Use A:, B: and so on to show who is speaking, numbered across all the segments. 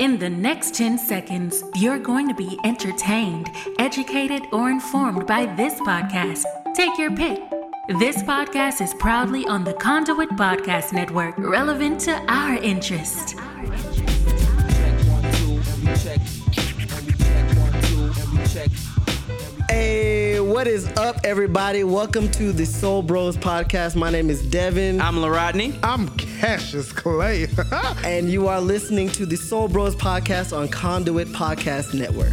A: In the next 10 seconds, you're going to be entertained, educated, or informed by this podcast. Take your pick. This podcast is proudly on the Conduit Podcast Network, relevant to our interest.
B: Hey, what is up, everybody? Welcome to the Soul Bros podcast. My name is Devin,
C: I'm LaRodney.
D: I'm Cassius Clay.
B: and you are listening to the Soul Bros podcast on Conduit Podcast Network.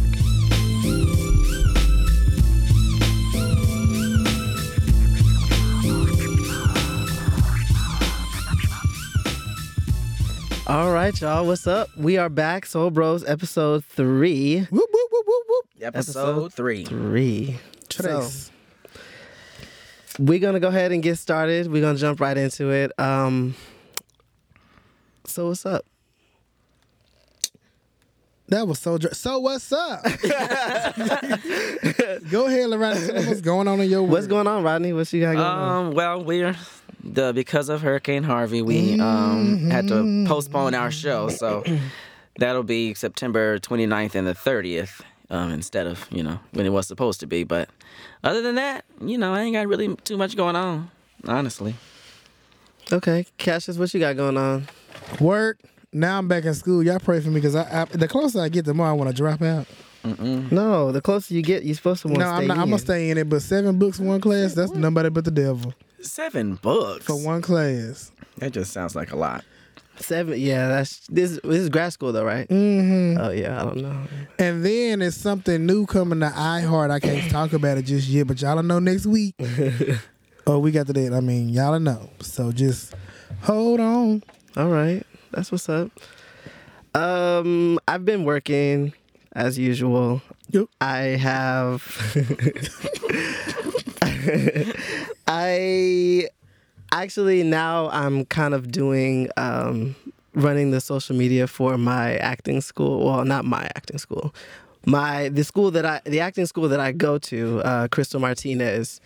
B: All right, y'all, what's up? We are back, Soul Bros, episode three.
D: whoop, whoop, whoop, whoop, whoop.
C: Episode three.
B: Three. So,
D: Tres.
B: we're gonna go ahead and get started. We're gonna jump right into it. Um, so what's up?
D: That was so dr- So what's up? Go ahead, Loretta. Tell us What's going on in your
B: What's
D: world.
B: going on, Rodney? What you got going on?
C: Um, well, we're the because of Hurricane Harvey, we um had to postpone our show, so that'll be September 29th and the 30th. Um, instead of you know when it was supposed to be, but other than that, you know, I ain't got really too much going on, honestly.
B: Okay, Cassius, what you got going on?
D: Work. Now I'm back in school. Y'all pray for me because I, I the closer I get, the more I want to drop out.
B: No, the closer you get, you're supposed to want to
D: no,
B: stay
D: I'm not.
B: in.
D: I'm gonna stay in it. But seven books, one class. That's nobody but the devil
C: Seven books.
D: for one class.
C: That just sounds like a lot.
B: Seven. Yeah, that's this. This is grad school though, right?
D: Mm-hmm.
B: Oh yeah, I don't know.
D: And then it's something new coming to iHeart. I can't talk about it just yet, but y'all will know next week. oh, we got the date. I mean, y'all will know. So just hold on.
B: All right, that's what's up. Um, I've been working as usual.
D: Yep.
B: I have. I actually now I'm kind of doing um, running the social media for my acting school. Well, not my acting school. My the school that I the acting school that I go to, uh, Crystal Martinez.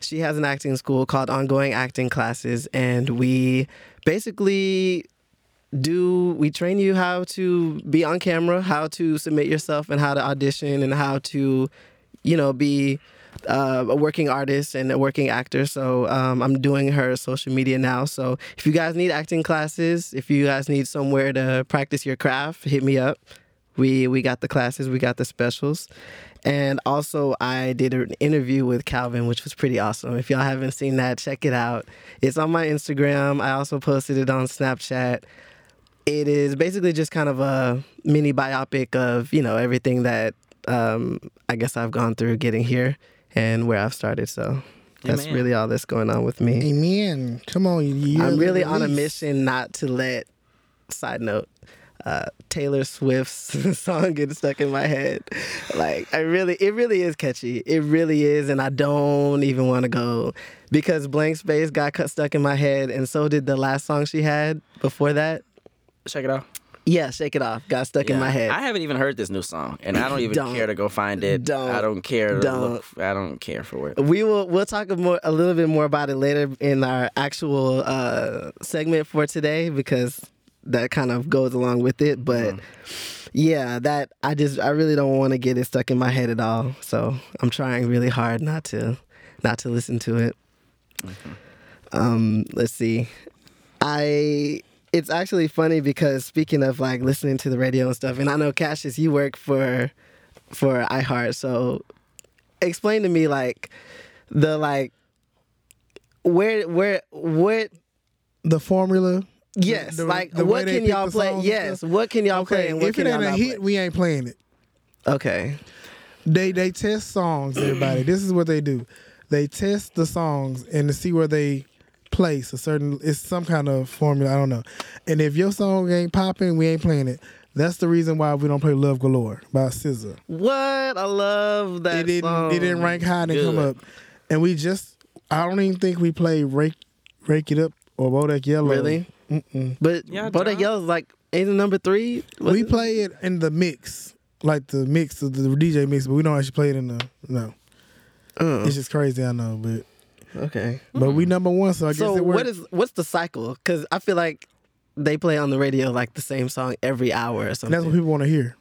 B: She has an acting school called Ongoing Acting Classes, and we basically do we train you how to be on camera, how to submit yourself, and how to audition, and how to, you know, be uh, a working artist and a working actor. So um, I'm doing her social media now. So if you guys need acting classes, if you guys need somewhere to practice your craft, hit me up. We we got the classes, we got the specials, and also I did an interview with Calvin, which was pretty awesome. If y'all haven't seen that, check it out. It's on my Instagram. I also posted it on Snapchat it is basically just kind of a mini biopic of you know everything that um, I guess I've gone through getting here and where I've started. So that's
C: Amen.
B: really all that's going on with me.
D: Amen. Come on. you
B: I'm really on a mission not to let. Side note. Uh, Taylor Swift's song get stuck in my head. Like I really, it really is catchy. It really is, and I don't even want to go because Blank Space got cut stuck in my head, and so did the last song she had before that.
C: Check it out.
B: Yeah, Shake It Off got stuck in my head.
C: I haven't even heard this new song, and I don't even
B: Don't.
C: care to go find it.
B: Don't.
C: I don't care. To
B: Don't.
C: Look, I don't care for it.
B: we will we'll talk a more a little bit more about it later in our actual uh, segment for today because that kind of goes along with it. But yeah, that I just I really don't want to get it stuck in my head at all. So I'm trying really hard not to not to listen to it. Um, let's see. I it's actually funny because speaking of like listening to the radio and stuff, and I know Cassius, you work for for iHeart, so explain to me like the like where where what
D: the formula.
B: yes
D: The- the-
B: like
D: the way
B: what
D: they
B: can
D: pick
B: y'all
D: the
B: play
D: songs and
B: yes
D: stuff.
B: what can y'all play
D: Okay,
B: and what
D: if
B: can
D: it
B: y'all
D: ain't a
B: not
D: hit,
B: play?
D: we ain't playing it.
B: okay
D: They they test songs, everybody. this is what they do. They test the songs and to see where they place a certain it's some kind of formula, I don't know. And if your song ain't popping, we ain't playing it. That's the reason why we don't play Love Galore by SZA.
B: what i love that
D: it didn't
B: song.
D: it didn't rank high and it come up.
C: Good.
D: And we just I don't even think we played Rake Rake It Up or Bodak Yellow.
B: really but
C: Yeah,
B: but that
C: John.
B: yellow's like isn't number three Was
D: we
B: it-
D: play it in the mix, like the mix of the DJ mix, but we don't actually play it in the no.
B: Oh,
D: It's just crazy, I know, but
B: okay
D: but we number one, so I guess
B: Mm. so
D: it worked.
B: what is what's the cycle because i feel like they play on the radio like the same song every hour or
D: And that's what
B: something.
D: people want to hear.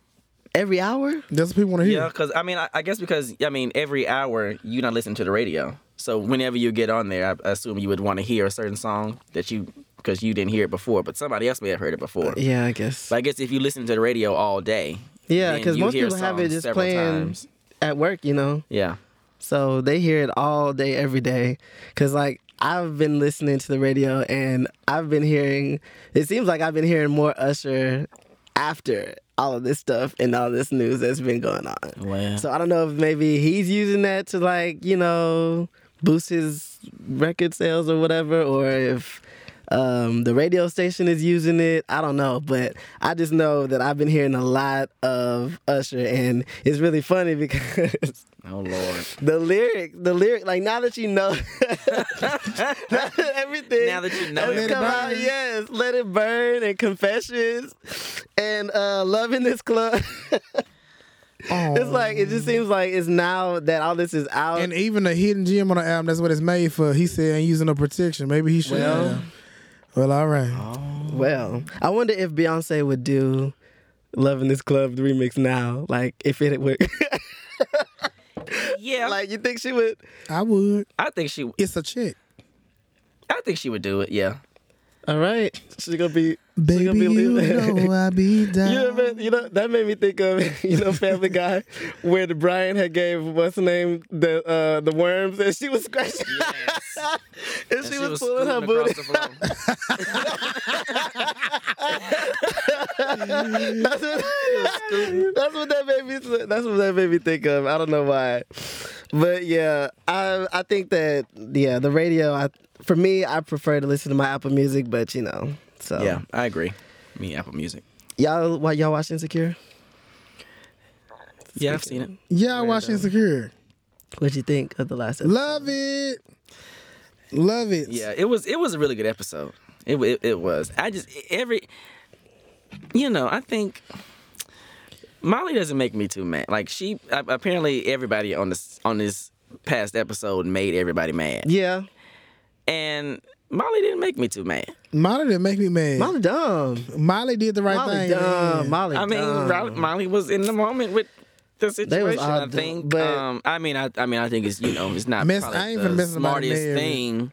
B: Every hour?
D: That's what people want to hear.
C: Yeah, because I mean, I, I guess because I mean, every hour you not listen to the radio, so whenever you get on there, I, I assume you would want to hear a certain song that you because you didn't hear it before, but somebody else may have heard it before.
B: Uh, Yeah, I guess.
C: But I guess if you listen to the radio all day,
B: Yeah,
C: then
B: because
C: you
B: most
C: hear
B: people have it
C: songs
B: just
C: several
B: playing
C: times.
B: at work, you know.
C: Yeah,
B: So they hear it all day, every day. Because, like, I've been listening to the radio and I've been hearing, it seems like I've been hearing more Usher after all of this stuff and all this news that's been going on.
C: Wow.
B: So I don't know if maybe he's using that to, like, you know, boost his record sales or whatever, or if. Um, the radio station is using it. I don't know, but I just know that I've been hearing a lot of Usher, and it's really funny because
C: oh lord.
B: the lyric, the lyric, like now that you know everything.
C: Now that you know
B: that's
C: it
B: come
C: burns.
B: out, yes, let it burn and confessions and uh loving this club.
D: Oh.
B: it's like it just seems like it's now that all this is out.
D: and even the hidden gem on the album, that's what it's made for. He said ain't using no protection. Maybe he should.
B: Well. Oh.
D: have. well all right.
B: well, I wonder if Beyonce would do loving this club remix now, like if it would.
C: Yeah,
B: like you think she would?
D: I would.
C: I think she.
D: It's a check.
C: I think she would do it. Yeah.
B: All right, she's gonna be. she gonna
D: Baby,
B: be
D: you
B: leaving.
D: know I be down.
B: You know, man, you know that made me think of you know Family Guy, where the Brian had gave what's the name the uh, the worms, and she was scratching,
C: Yes.
B: and, she, was, pulling her booty. That's what, that's what that made me. That's what that made me think of. I don't know why, but yeah, I I think that yeah the radio. I for me, I prefer to listen to my Apple Music, but you know, so
C: yeah, I agree. Me, Apple Music.
B: Y'all, why y'all watch Insecure?
C: Yeah, I've seen it.
D: Yeah, I watch Insecure.
B: What'd you think of the last? episode?
D: Love it. Love it.
C: Yeah, it was it was a really good episode. It wa- it, it was. I just every you know, I think Molly doesn't make me too mad. Like she a- apparently everybody on this on this past episode made everybody mad.
B: Yeah,
C: And Molly didn't make me too mad.
D: Molly didn't make me mad. Molly,
B: Molly dumb.
D: did the right
B: Molly
D: thing.
B: dumb. Molly
C: I mean,
B: dumb.
C: Ro- Molly was in the moment with the situation.
B: all
C: I
B: dumb,
C: think.
B: but-
C: um, I mean, I, I mean, I think it's you know, it's not
D: Miss-
C: probably
D: I ain't
C: the
D: finna miss nobody
C: smartest
D: married.
C: thing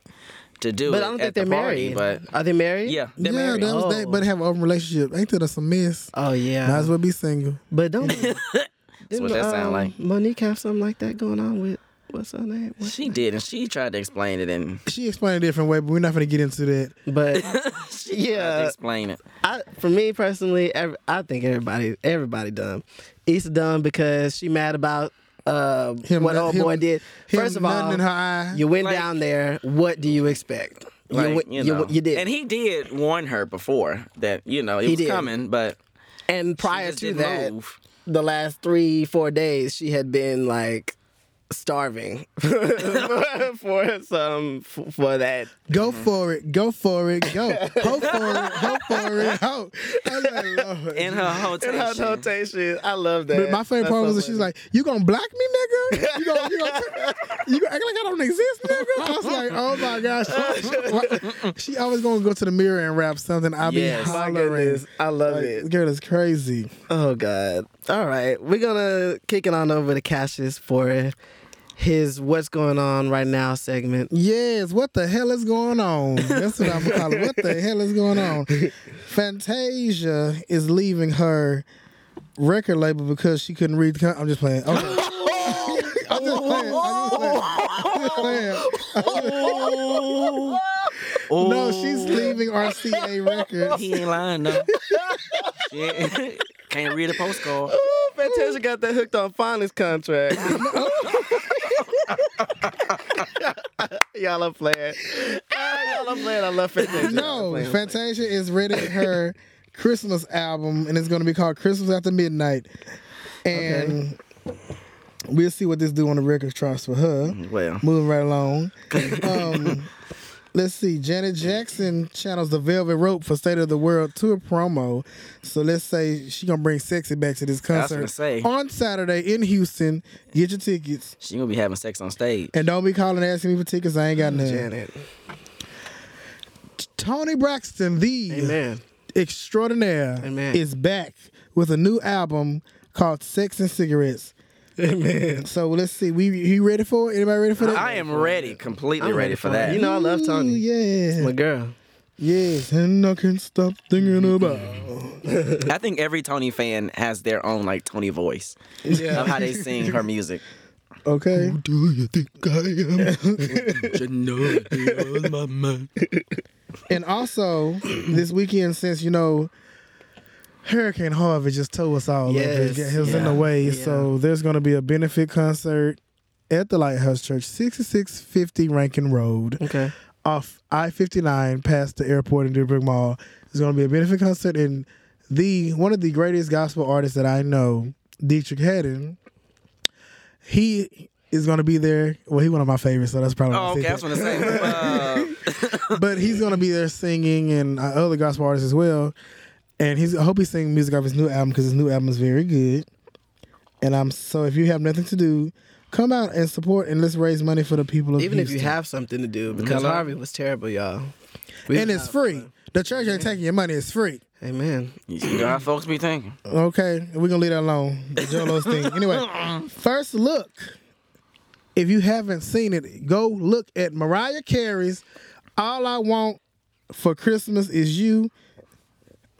C: to do.
B: But
C: it
B: I don't
C: at
B: think they're
C: the party,
B: married.
C: But
B: Are they married?
C: yeah,
D: Yeah,
C: they're married.
D: that was that,
B: Oh.
D: but have an open relationship. Ain't that a some mess?
B: Oh yeah.
D: Might as well be single.
B: But don't. That's
C: what that sound like.
B: Monique have something like that going on with what's her name? What-
C: She did, and she tried to explain it, and
D: She explained it a different way, but we're not gonna get into that.
B: But
C: she tried to
B: Yeah.
C: explain it.
B: I, for me personally, ev I think everybody everybody dumb. Issa dumb because she mad about uh,
D: Him
B: what
D: nut-
B: old boy
D: him-
B: did.
D: him
B: First of
D: nothing
B: all,
D: in her eye.
B: you went
C: Like-
B: down there. What do you expect? You
C: Like,
B: went-
C: you,
B: you,
C: know.
B: you did.
C: and he did warn her before that you know it was
B: did.
C: coming, but
B: And prior
C: just
B: to
C: didn't
B: that,
C: move.
B: the last three, four days, she had been like starving for some for that.
D: Go for it. Go for it. Go. Hope for it. Hope for it. Hope. I was like, Lord.
C: in her whole
B: In her notation, I love that.
D: But my favorite
B: That's
D: part
B: so
D: was that she's
B: funny.
D: like, "You gonna block me, nigga? You gonna you gonna, you gonna act like I don't exist, nigga?" I was like, "Oh my gosh!" Why- she always gonna go to the mirror and rap something. I be
C: Yes.
B: My
D: hollering.
B: goodness, I love
D: Like,
B: it.
D: girl is crazy.
B: Oh God! All right, we're gonna kick it on over to Cassius for his "What's Going On Right Now" segment.
D: Yes, what the hell is going on? That's what I'm gonna call it. What the hell is going on? Fantasia is leaving her record label because she couldn't read. the Con- I'm just playing. Okay. I'm just playing. I'm just playing. I'm just playing.
C: Oh,
D: No, she's leaving RCA Records.
C: He ain't lying though. She ain't- Can't read a postcard.
B: Ooh, Fantasia got that hooked on phonics contract. y'all are playing. Ah, y'all are playing. I love Fantasia. I'm
D: No,
B: playing, I'm playing.
D: Fantasia is ready her Christmas album, and it's going to be called Christmas After Midnight. And we'll see what this do on the record charts for her.
C: Well,
D: Moving right along. Um, let's see. Janet Jackson channels the Velvet Rope for State of the World tour promo. So let's say she gonna bring sexy back to this
C: was
D: concert
C: gonna say.
D: on Saturday in Houston. Get your tickets
C: she gonna be having sex on stage.
D: and don't be calling and asking me for tickets. I ain't got none.
B: Janet.
D: Tony Braxton, the
B: Amen.
D: extraordinaire
B: Amen.
D: is back with a new album called Sex and Cigarettes. Amen. So let's see. We you ready for it? Anybody ready for that?
C: I am ready, completely
B: I'm
C: ready for that.
B: You know, I love
D: Ooh,
B: Tony.
D: yeah.
B: My girl.
D: Yes, and I can't stop thinking about.
C: I think every Tony fan has their own like Tony voice of how they sing her music.
D: Okay.
E: Do you think I am?
D: And also, this weekend, since you know, Hurricane Harvey just tore us all up. It
B: Yes,
D: got- it was in the
B: yeah,
D: way.
B: yeah.
D: So there's going to be a benefit concert at the Lighthouse Church, 6650 Rankin Road,
B: Okay.
D: off I 59, past the airport in Deerbrook Mall. There's going to be a benefit concert, and the one of the greatest gospel artists that I know, Dietrich Haddon, he is going to be there. Well, he's one of my favorites, so that's probably. why I
C: Oh,
D: said
C: okay, I
D: that
C: was gonna say. Uh,
D: but he's gonna be there singing and uh, other gospel artists as well. And he's I hope he's singing music off his new album because his new album is very good. And I'm so if you have nothing to do, come out and support and let's raise money for the people of
B: Even if you
D: Houston.
B: have something to do, because
C: Hello?
B: Harvey was terrible, y'all. We-
D: and it's free. The church ain't taking your money. It's free.
B: Amen.
C: you know how folks be thinking.
D: Okay, we're gonna leave that alone. The Joe Lowe's thing. Anyway, first look. If you haven't seen it, go look at Mariah Carey's "All I Want for Christmas Is You"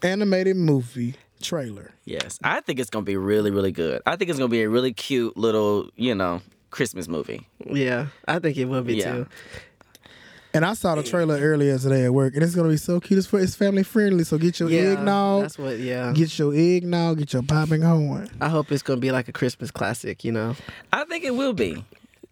D: animated movie trailer.
C: Yes, I think it's gonna be really, really good. I think it's gonna be a really cute little, you know, Christmas movie.
B: Yeah, I think it will be
C: Yeah.
B: too.
D: And I saw the trailer earlier today at work, and it's gonna be so cute. It's, for, it's family friendly, so get your
B: Yeah,
D: eggnog,
B: that's what. Yeah,
D: get your eggnog, get your popping horn.
B: I hope it's gonna be like a Christmas classic. You know,
C: I think it will be.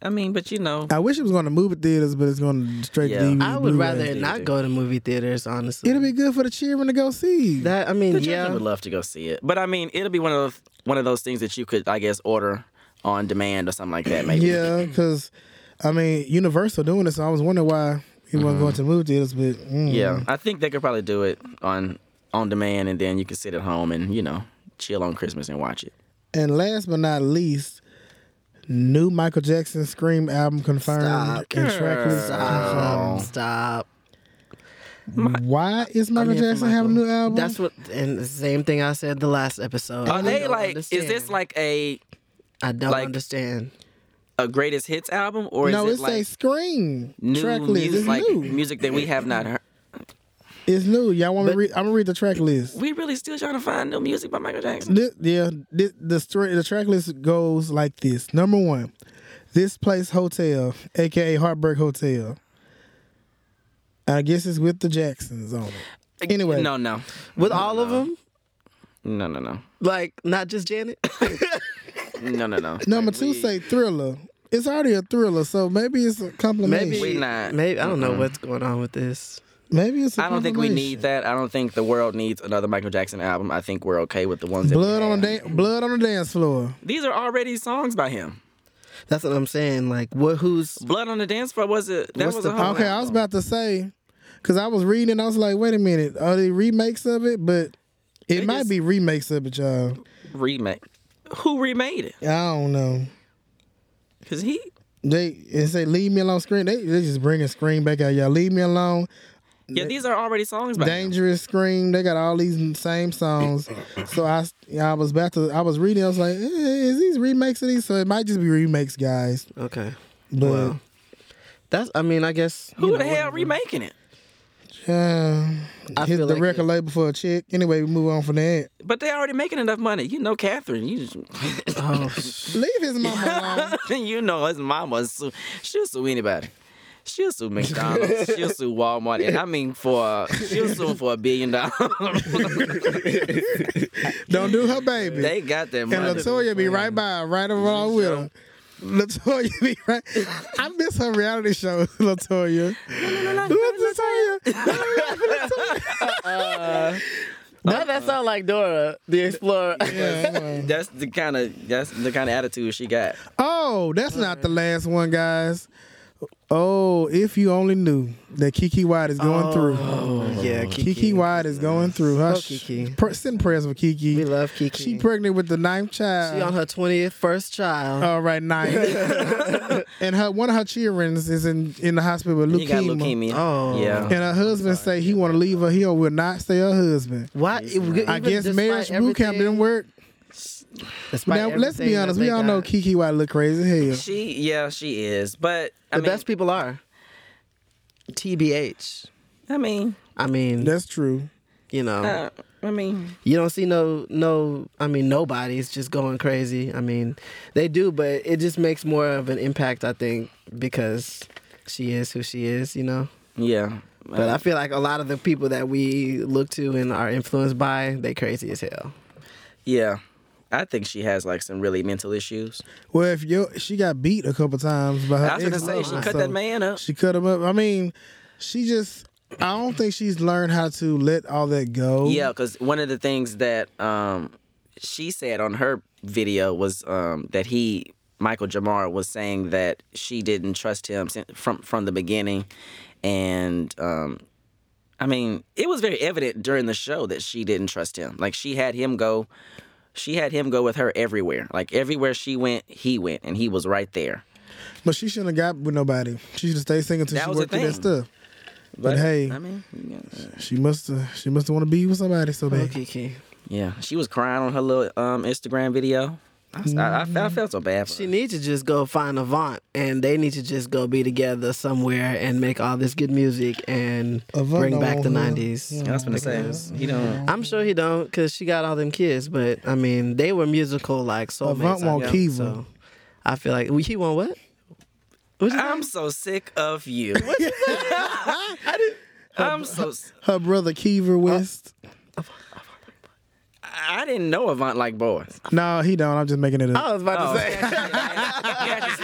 C: I mean, but you know,
D: I wish it was going to movie theaters, but it's going to straight
C: Yeah.
D: to DVD.
B: I would
D: Blu-ray.
B: rather not go to movie theaters. Honestly,
D: It'll be good for the children to go see.
B: that. I mean,
C: the children
B: yeah,
C: would love to go see it. But I mean, it'll be one of those, one of those things that you could, I guess, order on demand or something like that. Maybe.
D: Yeah, because I mean, Universal doing this, so I was wondering why he wasn't going to movie theaters. But mm.
C: Mm-hmm. Yeah, I think they could probably do it on on demand, and then you can sit at home and you know chill on Christmas and watch it.
D: And last but not least, new Michael Jackson Scream album confirmed
B: Stop.
D: and track list
B: stop, stop.
D: confirmed. Why is Michael
B: I'm here for
D: Jackson having a
B: Michael.
D: new album?
B: That's what, and the same thing I said the last episode. I
C: Are they
B: don't
C: like? Is this
B: understand.
C: like a
B: I don't
C: like-
B: understand.
C: a greatest hits album, or
D: no,
C: is
D: it's
C: it
D: a
C: like
D: Scream
C: new
D: track list.
C: music,
D: It's
C: like
D: new.
C: music that we have not heard?
D: It's new. Y'all want me to read? I'm gonna read the track list.
C: We really still trying to find new music by Michael Jackson.
D: This, yeah, this, the story, the track list goes like this. Number one, this place hotel, aka Heartbreak Hotel. I guess it's with the Jacksons on it. Anyway.
C: no, no,
B: With all of them,
C: no, no, no,
B: like not just Janet.
C: no, no, no.
D: Number two, say thriller. It's already a thriller, so maybe it's a compliment.
B: maybe
D: Maybe,
C: We not.
B: Maybe I don't know what's going on with this.
D: it's. I
C: I don't think we need that. I don't think the world needs another Michael Jackson album. I think we're okay with the ones that we
D: Blood on
C: have.
D: the da- blood on the dance floor.
C: These are already songs by him.
B: That's what I'm saying. Like, what? Who's?
C: Blood on the dance floor was it? That
B: What's
C: was
B: the
C: a whole
D: Okay, I was about to say, because I was reading, I was like, wait a minute, are they remakes of it? But it might
C: just-
D: be remakes of it, y'all.
C: remake. Who remade it?
D: I don't know.
C: Cause he
D: They and say leave me alone, screen. They they just bringing screen back out, y'all. Leave me alone.
C: yeah, these are already songs by him.
D: Dangerous Scream. They got all these same songs. So I, I was about to, I was reading. I was like, eh, is these remakes of these? So it might just be remakes, guys.
B: Okay,
D: But
B: Well, that's. I mean, I guess.
C: Who the hell remaking it?
D: uh,
B: I
D: hit
B: feel
D: the
B: like
D: record label for a chick. Anyway, we move on from that.
C: But they already making enough money. You know, Catherine. You
B: Oh,
D: Leave his mama alone.
C: you know his mama. Sue, she'll sue anybody. She'll sue McDonald's. she'll sue Walmart, and I mean for she'll sue for a billion dollars.
D: Don't do her baby.
C: they got that
D: and
C: money.
D: Latoya be right by, right along with him. Latoya be right. I miss her reality show, Latoya. Latoya.
B: Now that sound like Dora the Explorer.
D: Yeah, come on.
C: That's the kind of that's the kind of attitude she got.
D: Oh, that's not the last one, guys. Oh, if you only knew that Kiki White is going through.
B: Yeah,
D: Kiki. White is going through. Her
B: Oh, Kiki.
D: pr- send prayers for Kiki.
B: We love Kiki.
D: She pregnant with the ninth child.
B: She on her twentieth first child.
D: All right, nine. and her one of her children is in in the hospital with leukemia.
C: You got leukemia.
B: Oh.
C: yeah.
D: And her husband say he want to leave her. He will not stay her husband.
B: Why? even
D: I guess
B: despite
D: marriage boot camp
B: everything-
D: didn't work.
B: despite
D: Now let's
B: everything
D: be
B: that
D: honest. We
B: they
D: all know
B: got.
D: Kiki White look crazy as hell.
C: She, yeah, she is. But I
B: the
C: mean,
B: best people are. TBH.
C: I mean,
B: I mean,
D: That's true.
B: you know,
C: uh, I mean,
B: you don't see no no. I mean, nobody's just going crazy. I mean, they do, but it just makes more of an impact, I think, because she is who she is. You know.
C: yeah.
B: But I feel like a lot of the people that we look to and are influenced by, they crazy as hell.
C: yeah. I think she has like some really mental issues.
D: Well, if yo, she got beat a couple times by her
C: I was gonna say she
D: ex-lover,
C: cut
D: so
C: that man up.
D: She cut him up. I mean, she just. I don't think she's learned how to let all that go.
C: Yeah, because one of the things that um, she said on her video was um, that he, Michael Jamar, was saying that she didn't trust him sin- from from the beginning, and um, I mean, it was very evident during the show that she didn't trust him. Like she had him go, she had him go with her everywhere. Like everywhere she went, he went, and he was right there.
D: But she shouldn't have got with nobody. She should have stayed single
C: That
D: until she
C: was the
D: worked through that
C: thing.
D: stuff. But, hey,
C: I mean, you know,
D: she must have she must want to be with somebody so bad.
B: Kiki.
C: yeah, she was crying on her little um, Instagram video. I, was- I, I, felt- I felt so bad for her.
B: She needs to just go find Avant, and they need to just go be together somewhere and make all this good music and
D: Avant
B: bring
D: don't
B: back the
D: want her.
B: '90s.
C: I was gonna say he don't.
B: I'm sure he don't, cause she got all them kids. But I mean, they were musical like soulmates.
D: Avant
B: I
D: want
B: guess,
D: Kiva.
B: So I feel like he want what?
C: I'm so sick of you. I'm so. s-
D: Her brother Kiever West.
C: I didn't know Avant like boys.
D: no, he don't. I'm just making it up.
B: I was about
C: Oh,
B: to say.
C: Catch is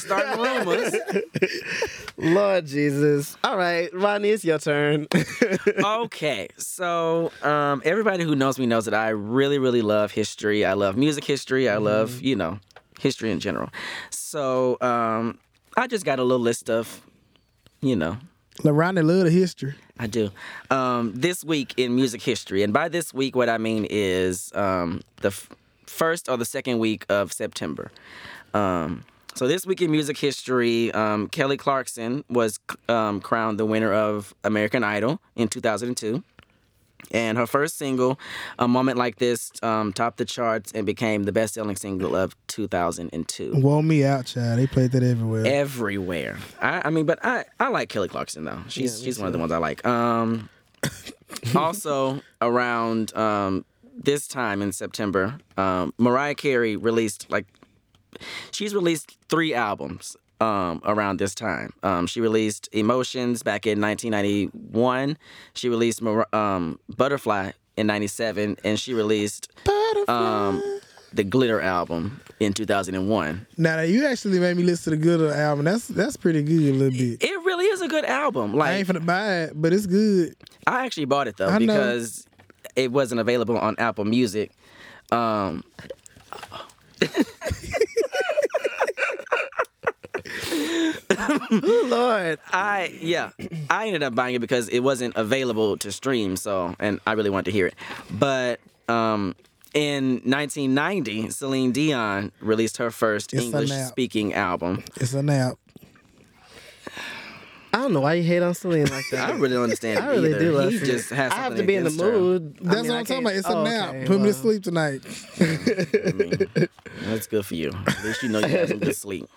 C: starting
B: Oh
C: rumors. Catch is starting rumors.
B: Lord Jesus. All right, Ronnie, it's your turn.
C: Okay, so um, everybody who knows me knows that I really, really love history. I love music history. I love you know history in general. So um, I just got a little list of you know
D: LaRonda love the history.
C: I do. Um, this week in music history, and by this week, what I mean is um, the f- first or the second week of September. Um, so this week in music history, um, Kelly Clarkson was c- um, crowned the winner of American Idol in 2002. And her first single, A Moment Like This, um, topped the charts and became the best selling single of 2002
D: Woe me out, child. They played that everywhere.
C: Eh. everywhere. I, I mean, but I, I like Kelly Clarkson though. She's she's one of the ones I like. Um, also around um, this time in September, um, Mariah Carey released like she's released three albums um, around this time. Um, she released Emotions back in 1991. She released Mar- um, Butterfly in 97, and she released um, the Glitter album in 2001.
D: now that you actually made me listen to the good of the album, that's that's pretty good a little bit.
C: It really is a good album.
D: I
C: Eh, Like
D: ain't finna buy it, but it's good.
C: I actually bought it though
D: I know.
C: because it wasn't available on Apple Music. Um,
B: Lord,
C: I yeah, I ended up buying it because it wasn't available to stream. So and I really wanted to hear it, but um, in 1990, Celine Dion released her first
D: It's a nap.
C: English-speaking album.
D: It's a nap.
B: I don't know why you hate on Celine like that.
C: I really don't understand.
B: I
C: it
B: really
C: either.
B: do love
C: He
B: Celine.
C: just has
B: I have
C: something
B: to be in the
C: against her.
B: mood.
D: That's what I'm talking about. It's a
B: Oh,
C: Oh,
D: nap. Put me to sleep tonight.
C: That's good for you. At least you know you had some good sleep.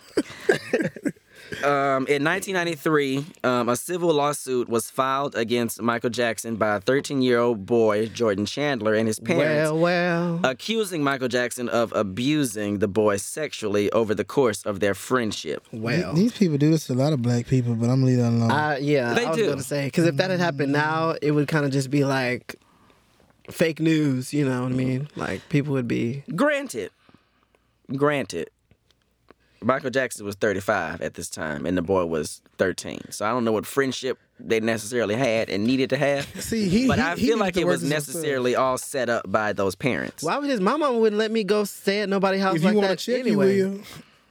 C: Um, in 1993, um, a civil lawsuit was filed against Michael Jackson by a 13-year-old boy, Jordan Chandler, and his parents,
B: Well, well.
C: accusing Michael Jackson of abusing the boy sexually over the course of their friendship.
B: Well,
D: These people do this to a lot of black people, but I'm leaving it alone.
B: I, yeah,
C: They
B: I was
C: do.
B: going to say because if that had happened now, it would kind of just be like fake news. You know what I mean?
D: Mm-hmm.
B: Like people would be.
C: Granted, granted, Michael Jackson was 35 at this time, and the boy was 13. So I don't know what friendship they necessarily had and needed to have.
D: See, he-
C: but
D: he-
C: I
D: he
C: feel
D: needed
C: like
D: to
C: it
D: work
C: was
D: his own stuff.
C: necessarily all set up by those parents.
B: Why would his mama wouldn't let me go stay at nobody's house
D: if you
B: like
D: want to
B: that
D: check,
B: anyway?
D: you will.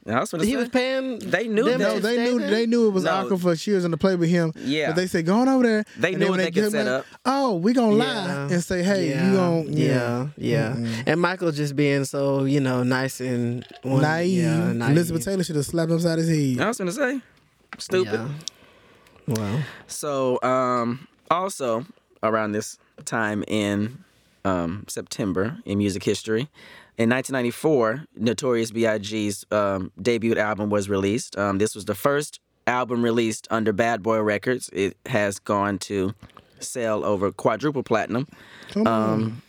C: I was gonna
B: He
C: say,
B: was paying.
C: They knew
B: them
C: that.
B: to
D: No, they
B: stay
D: knew
B: there?
D: they knew it was
C: No.
D: Aquifer. She was in the play with him.
C: Yeah.
D: but they said go on over there.
C: They
D: And
C: knew
D: then
C: when they
D: get
C: could set
D: back,
C: up.
D: Oh, we gonna
B: Yeah.
D: lie and say, hey,
B: yeah,
D: you gonna
B: yeah, yeah. And Michael just being so you know nice and one-
D: naive.
B: yeah,
D: Elizabeth Taylor should have slapped him upside his head.
C: I was gonna say, stupid.
B: Yeah. Wow.
C: So, um, also around this time in um, September in music history, in 1994, Notorious B.I.G.'s um, debut album was released. Um, this was the first album released under Bad Boy Records. It has gone to sell over quadruple platinum. Um,
D: Come on.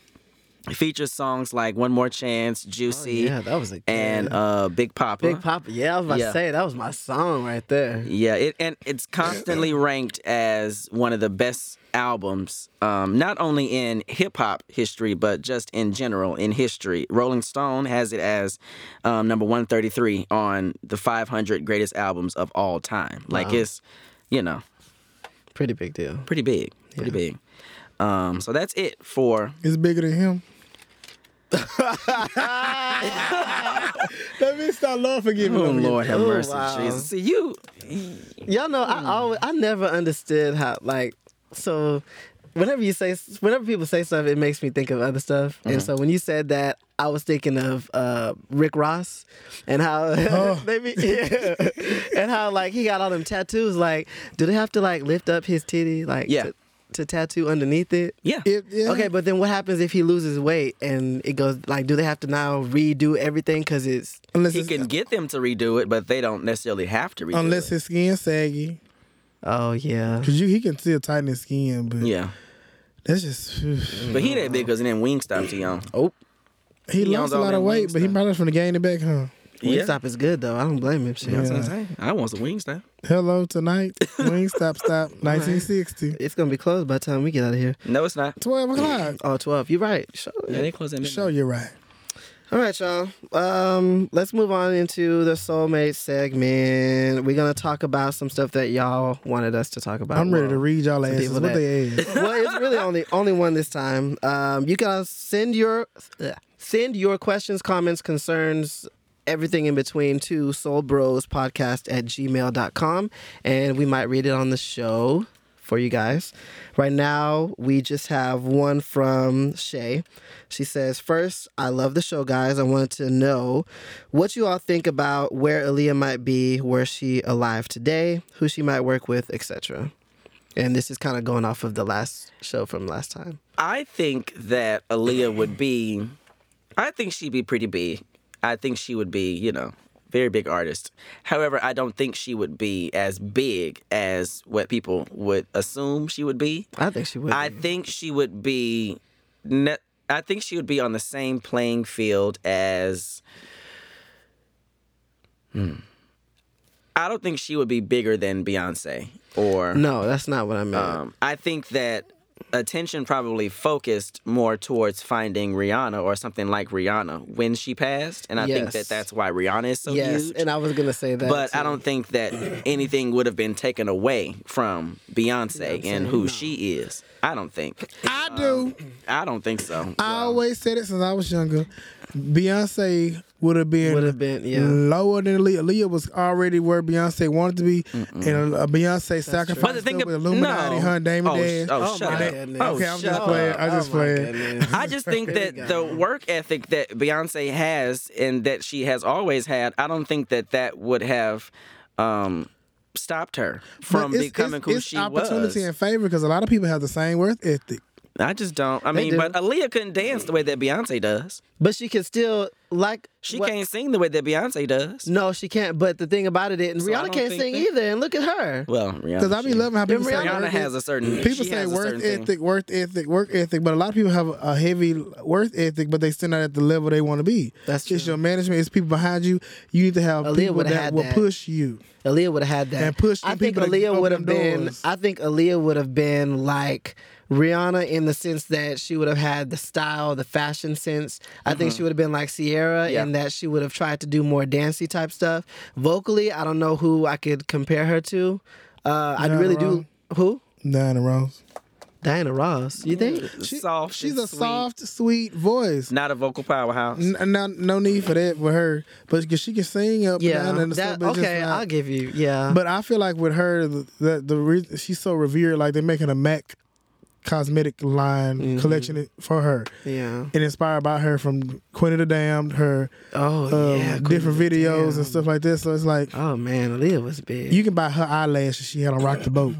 C: It features songs like One More Chance, Juicy,
B: yeah, that was a
C: and uh, Big Papa.
B: Big Papa. Yeah, I was about
C: Yeah.
B: to say that was my song right there.
C: Yeah, it, and it's constantly ranked as one of the best albums, um, not only in hip hop history, but just in general in history. Rolling Stone has it as um, number 133 on the 500 greatest albums of all time. Like, it's, you know,
B: Pretty big deal.
C: pretty big, pretty big. Um, so that's it for.
D: It's bigger than him. Let me stop Lord forgiving
C: Oh,
D: him.
C: Lord have
B: Oh,
C: mercy,
B: wow.
C: Jesus. See, you,
B: Y'all know
C: Hmm.
B: I always I never understood how like so whenever you say whenever people say stuff it makes me think of other stuff
C: Mm-hmm.
B: and so when you said that I was thinking of uh, Rick Ross and how
C: Oh.
B: they be, yeah, and how like he got all them tattoos like do they have to like lift up his titty like
C: Yeah.
B: to, to tattoo underneath it
C: yeah.
D: It- yeah.
B: Okay, but then what happens if he loses weight and it goes like? Do they have to now redo everything because it's
D: unless
C: he
D: it's,
C: can get them to redo it, but they don't necessarily have to redo
D: unless
C: it.
D: his skin saggy,
B: oh yeah,
D: cause you he can still tighten his skin, but
C: Yeah.
D: that's just
C: But he that big because then Wingstop's he on.
B: oh
D: he, lost
C: owns
D: a
C: all
D: lot
C: them
D: of weight, but he
C: Wingstop.
D: probably from the gain it back, huh?
C: Yeah.
B: Wingstop is good though. I don't blame him. Shit.
D: Yeah.
C: I want some Wingstop.
D: Hello tonight, Wing Stop Stop, 1960,
B: It's gonna be closed by the time we get out of here.
C: No, it's not.
D: 12 o'clock.
B: Oh, 12. You're right. Sure.
C: Yeah, they close at midnight.
D: Show you right.
B: All right, y'all. Um, let's move on into the soulmate segment. We're gonna talk about some stuff that y'all wanted us to talk about.
D: I'm ready to
B: Well,
D: read y'all asses.
B: people
D: What
B: that-
D: they ask?
B: well, it's really only only one this time. Um, you can send your ugh, send your questions, comments, concerns, everything in between to soulbrospodcast at gmail.com and we might read it on the show for you guys. Right now, we just have one from Shay. She says, First, I love the show, guys. I wanted to know what you all think about where Aaliyah might be, were she alive today, who she might work with, etc. And this is kind of going off of the last show from last time.
C: I think that Aaliyah would be. I think she'd be pretty big. I think she would be, you know, very big artist. However, I don't think she would be as big as what people would assume she would be.
B: I think she would.
C: I
D: Mm-hmm.
C: think she would be. Ne- I think she would be on the same playing field as. Hmm. I don't think she would be bigger than Beyonce or.
B: no, that's not what I meant.
C: Um, I think that attention probably focused more towards finding Rihanna or something like Rihanna when she passed, and I think
B: Yes.
C: that that's why Rihanna is so
B: yes,
C: huge.
B: and I was gonna say that.
C: but I
B: too.
C: don't think that anything would have been taken away from Beyonce and who she is. I don't think.
D: I
C: Um,
D: do.
C: I don't think so.
D: I always said it since I was younger. Beyonce would have been
B: Would have been, yeah.
D: lower than Aaliyah. Aaliyah was already where Beyonce wanted to be, and a Beyonce sacrificed
C: But the thing
D: herself
C: ab-
D: with Illuminati,
C: no.
D: her name
C: Oh,
D: and
C: sh-
D: dad.
C: oh, shut up.
B: goodness.
C: Oh,
D: okay, I'm
C: shut
D: just playing.
C: up.
D: I'm just
B: Oh, my
D: playing.
B: goodness.
C: I just think that the work ethic that Beyonce has and that she has always had, I don't think that that would have um, stopped her from
D: But it's-
C: becoming
D: it's,
C: who
D: it's
C: she was.
D: opportunity and favor because a lot of people have the same worth ethic.
C: I just don't. I mean,
B: do.
C: but Aaliyah couldn't dance the way that Beyonce does.
B: But she can still like.
C: She
B: what-
C: can't sing the way that Beyonce does.
B: No, she can't. But the thing about it, is- and
C: So I
B: Rihanna
C: don't
B: can't
C: think
B: sing
C: that-
B: either. And look at her.
C: Well, Rihanna.
D: Because I be
C: she-
D: loving how people say
B: Rihanna
D: worth
C: Rihanna
D: ethic.
C: has a certain.
D: People
C: she
D: say
C: has a certain
D: worth
C: thing.
D: ethic, worth ethic, work ethic, but a lot of people have a heavy worth ethic, but they still not at the level they want to be.
B: That's
D: It's
B: true.
D: your management. It's people behind you. You need to have
B: Aaliyah
D: people
B: would've
D: that
B: had
D: will
B: that.
D: push you.
B: Aaliyah would have had that.
D: And pushed
B: I
D: the
B: think
D: people to
B: Aaliyah
D: open
B: would have
D: them
B: been.
D: doors.
B: I think Aaliyah would have been like Rihanna in the sense that she would have had the style, the fashion sense. I think she would have been like Sierra
C: Yeah.
B: in that she would have tried to do more dancey type stuff. Vocally, I don't know who I could compare her to. Uh, I
D: Diana
B: really
D: Ross.
B: do. Who?
D: Diana Ross.
B: Diana Ross, you think?
C: soft.
D: She's
C: and
D: a
C: sweet.
D: soft, sweet voice.
C: Not a vocal powerhouse.
D: N- no, no need for that with her, but 'cause she can sing up and
B: Yeah.
D: down and
B: that-
D: stuff. but just
B: okay,
D: not-
B: I'll give you. Yeah.
D: But I feel like with her, the the, the reason she's so revered, like they're making a Mac cosmetic line collection for her,
B: Mm-hmm. yeah.
D: and inspired by her from Queen of the Damned, her
B: Oh
D: um,
B: yeah. Queen
D: different
B: of the
D: videos
B: Damned.
D: and stuff like this. So it's like
B: Oh man, Aaliyah was big.
D: you can buy her eyelashes she had on Rock the Boat.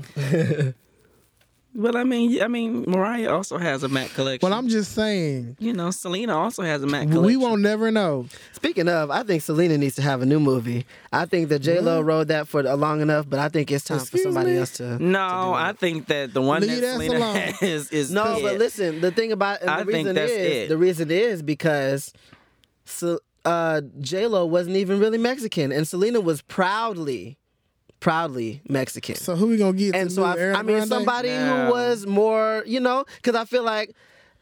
C: Well, I mean, yeah, I mean, Mariah also has a Mac collection.
D: well, I'm just saying.
C: you know, Selena also has a Mac collection.
D: We won't never know.
B: Speaking of, I think Selena needs to have a new movie. I think that J Lo wrote that for uh, long enough, but I think it's time
D: Excuse
B: for somebody
D: me?
B: else to.
C: No, I think that the one
D: Leave
C: that
D: us
C: Selena
D: alone.
C: has is
B: No,
C: it.
B: but listen, the thing about and the
C: I think
B: reason
C: that's
B: is
C: it.
B: the reason is because so, uh, J Lo wasn't even really Mexican, and Selena was proudly, proudly Mexican.
D: So who we gonna get?
B: and
D: the
B: so
D: new
B: I,
D: Ariana
B: I mean,
D: Grande?
B: somebody
C: No.
B: who was more, you know, because I feel like,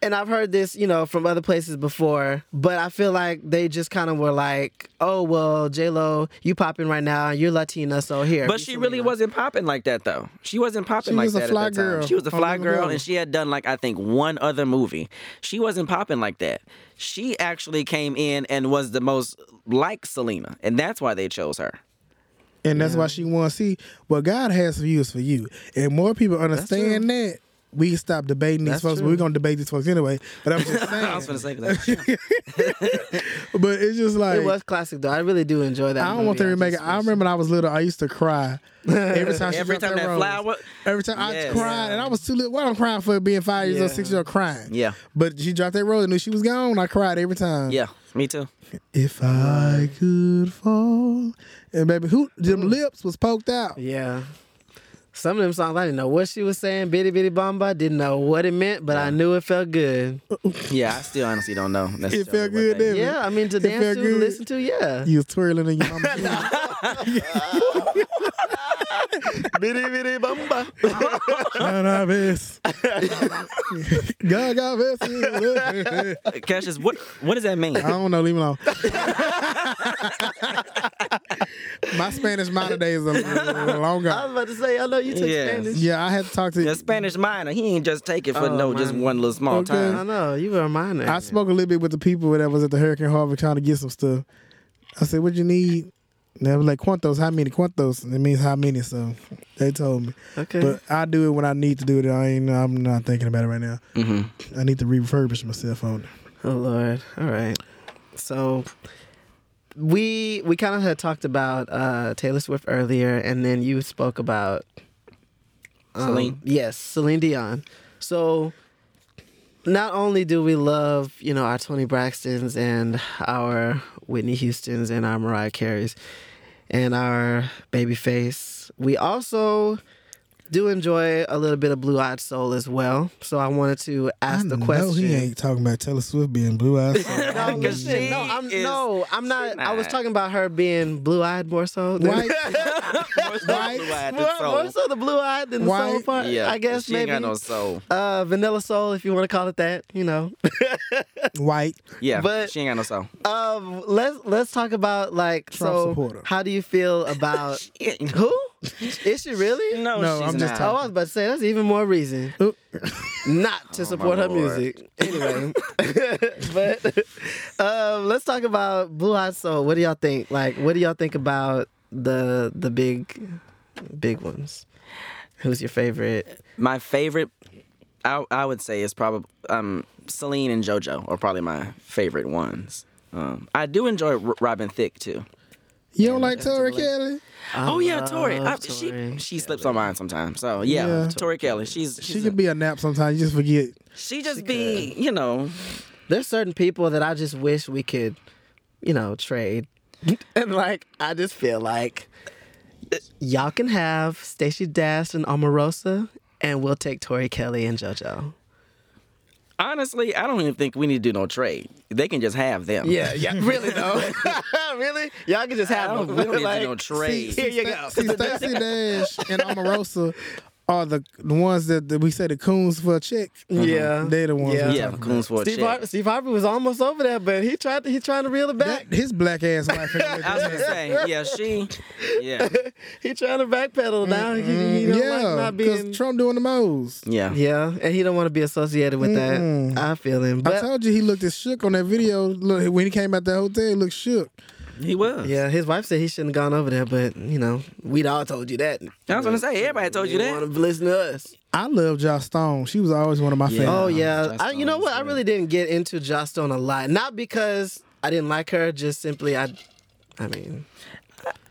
B: and I've heard this, you know, from other places before, but I feel like they just kind of were like, oh well, J Lo, you popping right now, you're Latina, so here.
C: But
B: be
C: she really
B: Selena.
C: wasn't popping like that though. She wasn't popping
D: She
C: like
D: was a
C: that
D: fly
C: at that
D: girl
C: time. She was a
D: on
C: fly
D: Living
C: girl,
D: Color.
C: and she had done like I think one other movie. She wasn't popping like that. She actually came in and was the most like Selena, and that's why they chose her.
D: and that's why she wants to see what God has for you is for you. And more people understand that. We can stop debating these
B: That's
D: folks. but
B: true.
D: We're gonna debate these folks anyway. But I'm
C: I
D: just
C: was gonna
D: saying.
C: say that.
D: but it's just like
B: It was classic though. I really do enjoy that.
D: I don't want them
B: movie.
D: to make it.
B: just
D: I
B: wish-
D: remember when I was little, I used to cry every time she
C: Every
D: dropped
C: time that
D: rose.
C: flower-
D: Every time I
C: Yes.
D: cried, and I was too little. Well, I'm crying for being five years old,
B: Yeah.
D: six years old, crying.
C: Yeah.
D: But she dropped that rose, and knew she was gone. I cried every time.
C: yeah, me too.
D: If I could fall, and baby, who them
C: Mm.
D: lips was poked out.
B: Yeah. Some of them songs I didn't know what she was saying. Bitty bitty bomba didn't know what it meant, but I knew it felt good.
C: Yeah, I still honestly don't know. necessarily
D: It felt
C: what
D: good,
C: they-
D: didn't it?
B: Yeah, I mean to
D: It
B: dance
D: felt
B: to,
D: good.
B: listen to, yeah.
D: You was twirling in your mama's shoes.
B: bitty bitty bomba.
D: Cannabis. Gaga vest.
C: Cassius, what what does that mean?
D: I don't know. Leave me alone. My Spanish minor days are
B: I was
D: longer.
B: about to say, I know you took
C: Yeah.
B: Spanish.
D: Yeah, I had to talk to
C: The Spanish minor, he ain't just take it for
B: Oh,
C: no, just
B: minor.
C: one little small
D: Okay.
B: I
C: time.
B: know, you were a minor.
D: I spoke a little bit with the people that was at the Hurricane Harbor trying to get some stuff. I said, "What you need?" And they was like, "Cuantos? How many? Cuantos?" And it means how many. So they told me.
B: okay.
D: But I do it when I need to do it. I ain't. I'm not thinking about it right now.
B: Mm-hmm.
D: I need to refurbish myself on it.
B: Oh Lord. All right. So we we kind of had talked about uh, Taylor Swift earlier, and then you spoke about um,
C: Celine.
B: Yes, Celine Dion. So not only do we love you know our Tony Braxtons and our Whitney Houston's and our Mariah Carey's and our Babyface, we also do enjoy a little bit of Blue Eyed Soul as well. So I wanted to ask the question.
D: No, he ain't talking about Taylor Swift being blue eyed.
B: No,
C: Because she
B: listen, no, I'm
C: is-
B: no, I'm not. I was
C: not.
B: talking about her being blue eyed more so. Than,
D: White,
C: More so
D: Right.
C: blue-eyed than
B: more, more
C: soul.
B: so the blue eyed than the soul
D: White.
B: part.
C: Yeah,
B: I guess
C: she
B: maybe.
C: ain't got no soul.
B: uh, vanilla soul, if you want to call it that, you know.
D: white.
C: Yeah,
B: But-
C: she ain't got no soul.
B: um, let's let's talk about like
D: Trump
B: so.
D: supporter.
B: How do you feel about
C: Yeah, you know.
B: who? Is she really?
C: No,
D: No,
C: she's
D: I'm just
C: not.
B: Oh, I was about to say that's even more reason not
D: Oh,
B: to support her
C: Lord.
B: music. Anyway, but um, let's talk about Blue Eyed Soul. What do y'all think? Like, what do y'all think about the the big big ones? Who's your favorite?
C: My favorite, I, I would say, is probably um, Celine and JoJo are probably my favorite ones. Um, I do enjoy R- Robin Thicke too.
D: You don't like Tori Kelly?
C: oh yeah, Tori. I,
B: love
C: she
B: Tori
C: she slips on mine sometimes. So yeah,
D: Yeah.
C: Tori Kelly. She's, she's
D: She can be a nap sometimes. You just forget.
C: she just be you know
B: There's certain people that I just wish we could, you know, trade. and like, I just feel like y'all can have Stacey Dash and Omarosa, and we'll take Tori Kelly and JoJo.
C: honestly I don't even think we need to do no trade. They can just have them.
B: Yeah, yeah, really though. really, y'all can just
C: I
B: have
C: don't
B: them.
C: really need to do
B: Like,
C: no trade.
B: Here you go.
D: See, Stacey Dash and Omarosa are the, the ones that, that we say the coons for a chick.
B: Yeah.
D: They're the ones.
B: Yeah.
D: we're
C: Yeah,
D: talking
C: coons for a
B: Steve,
C: check.
B: Har- Steve Harvey was almost over that, but he tried. To, he trying to reel it
D: about.
B: back.
D: That- his black ass wife. ain't with
C: I was gonna
D: us.
C: say, yeah, she, yeah,
B: he trying to backpedal now. He, he don't
D: yeah,
B: like not
D: 'cause
B: being.
D: Trump doing the most.
C: yeah.
B: yeah, and he don't want to be associated with
D: Mm-mm.
B: that. I feel him.
D: I
B: But
D: told you he looked as shook on that video. Look, when he came out the hotel, he looked shook.
C: He was.
B: yeah, his wife said he shouldn't have gone over there, but you know, we'd all told you that.
C: I was gonna say everybody told you that.
B: Want to listen to us?
D: I love Josh Stone. She was always one of my
C: Yeah.
D: favorites.
B: Oh
C: Um,
B: yeah,
C: Joss
B: I, you know
C: Stone's
B: what? I
C: good.
B: really didn't get into Joss Stone a lot. Not because I didn't like her, just simply I, I mean,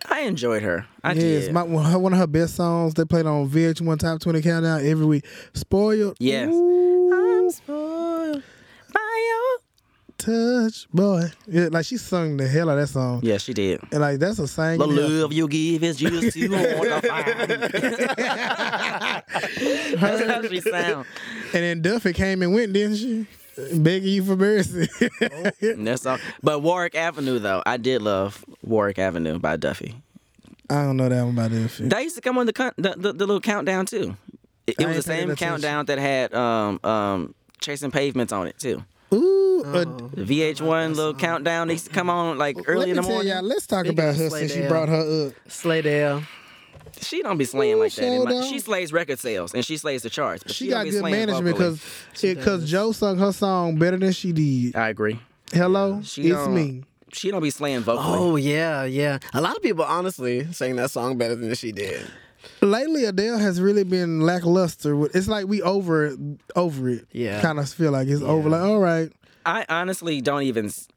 C: I enjoyed her. I
D: yes,
C: did.
D: my, one of her- one of her best songs they played on VH1 Top 20 Countdown every week. Spoiled.
C: Yes.
D: Ooh,
C: I'm spoiled by you.
D: touch boy. Yeah, like she sung the hell out of that song.
C: Yeah, she did.
D: And like that's a sing.
C: The love you give is just too hard to find. That's how she sound.
D: And then Duffy came and went, didn't she? Begging you for mercy.
C: That's all. But Warwick Avenue, though, I did love Warwick Avenue by Duffy.
D: I don't know that one by Duffy.
C: That used to come on the con- the, the, the little countdown too. It, it
D: I
C: was the
D: ain't paying
C: same
D: attention.
C: countdown that had um um chasing pavements on it too.
D: Ooh,
C: Uh-huh.
D: uh,
C: The VH1 little countdown they used to come on like
D: let
C: early
D: me
C: in the
D: tell
C: morning.
D: y'all. Let's talk
B: Speaking
D: about
B: of
D: her
B: Slay
D: since you
B: Dale.
D: brought her up.
B: Slaydale.
C: She don't be slaying
D: Ooh,
C: like that. in my-
D: showdown.
C: she slays record sales and she slays the charts. But
D: She,
C: she, don't
D: got
C: be
D: good
C: slaying
D: management
C: vocally.
D: because because Joe sung her song better than she did.
C: I agree.
D: Hello,
C: She
D: it's
C: don't-
D: me.
C: She don't be slaying vocally.
B: Oh yeah, yeah. A lot of people honestly sang that song better than she did.
D: Lately, Adele has really been lackluster. with- It's like we over it, over it.
B: Yeah.
D: kind of feel like it's over. Like all right,
C: I honestly don't even. s-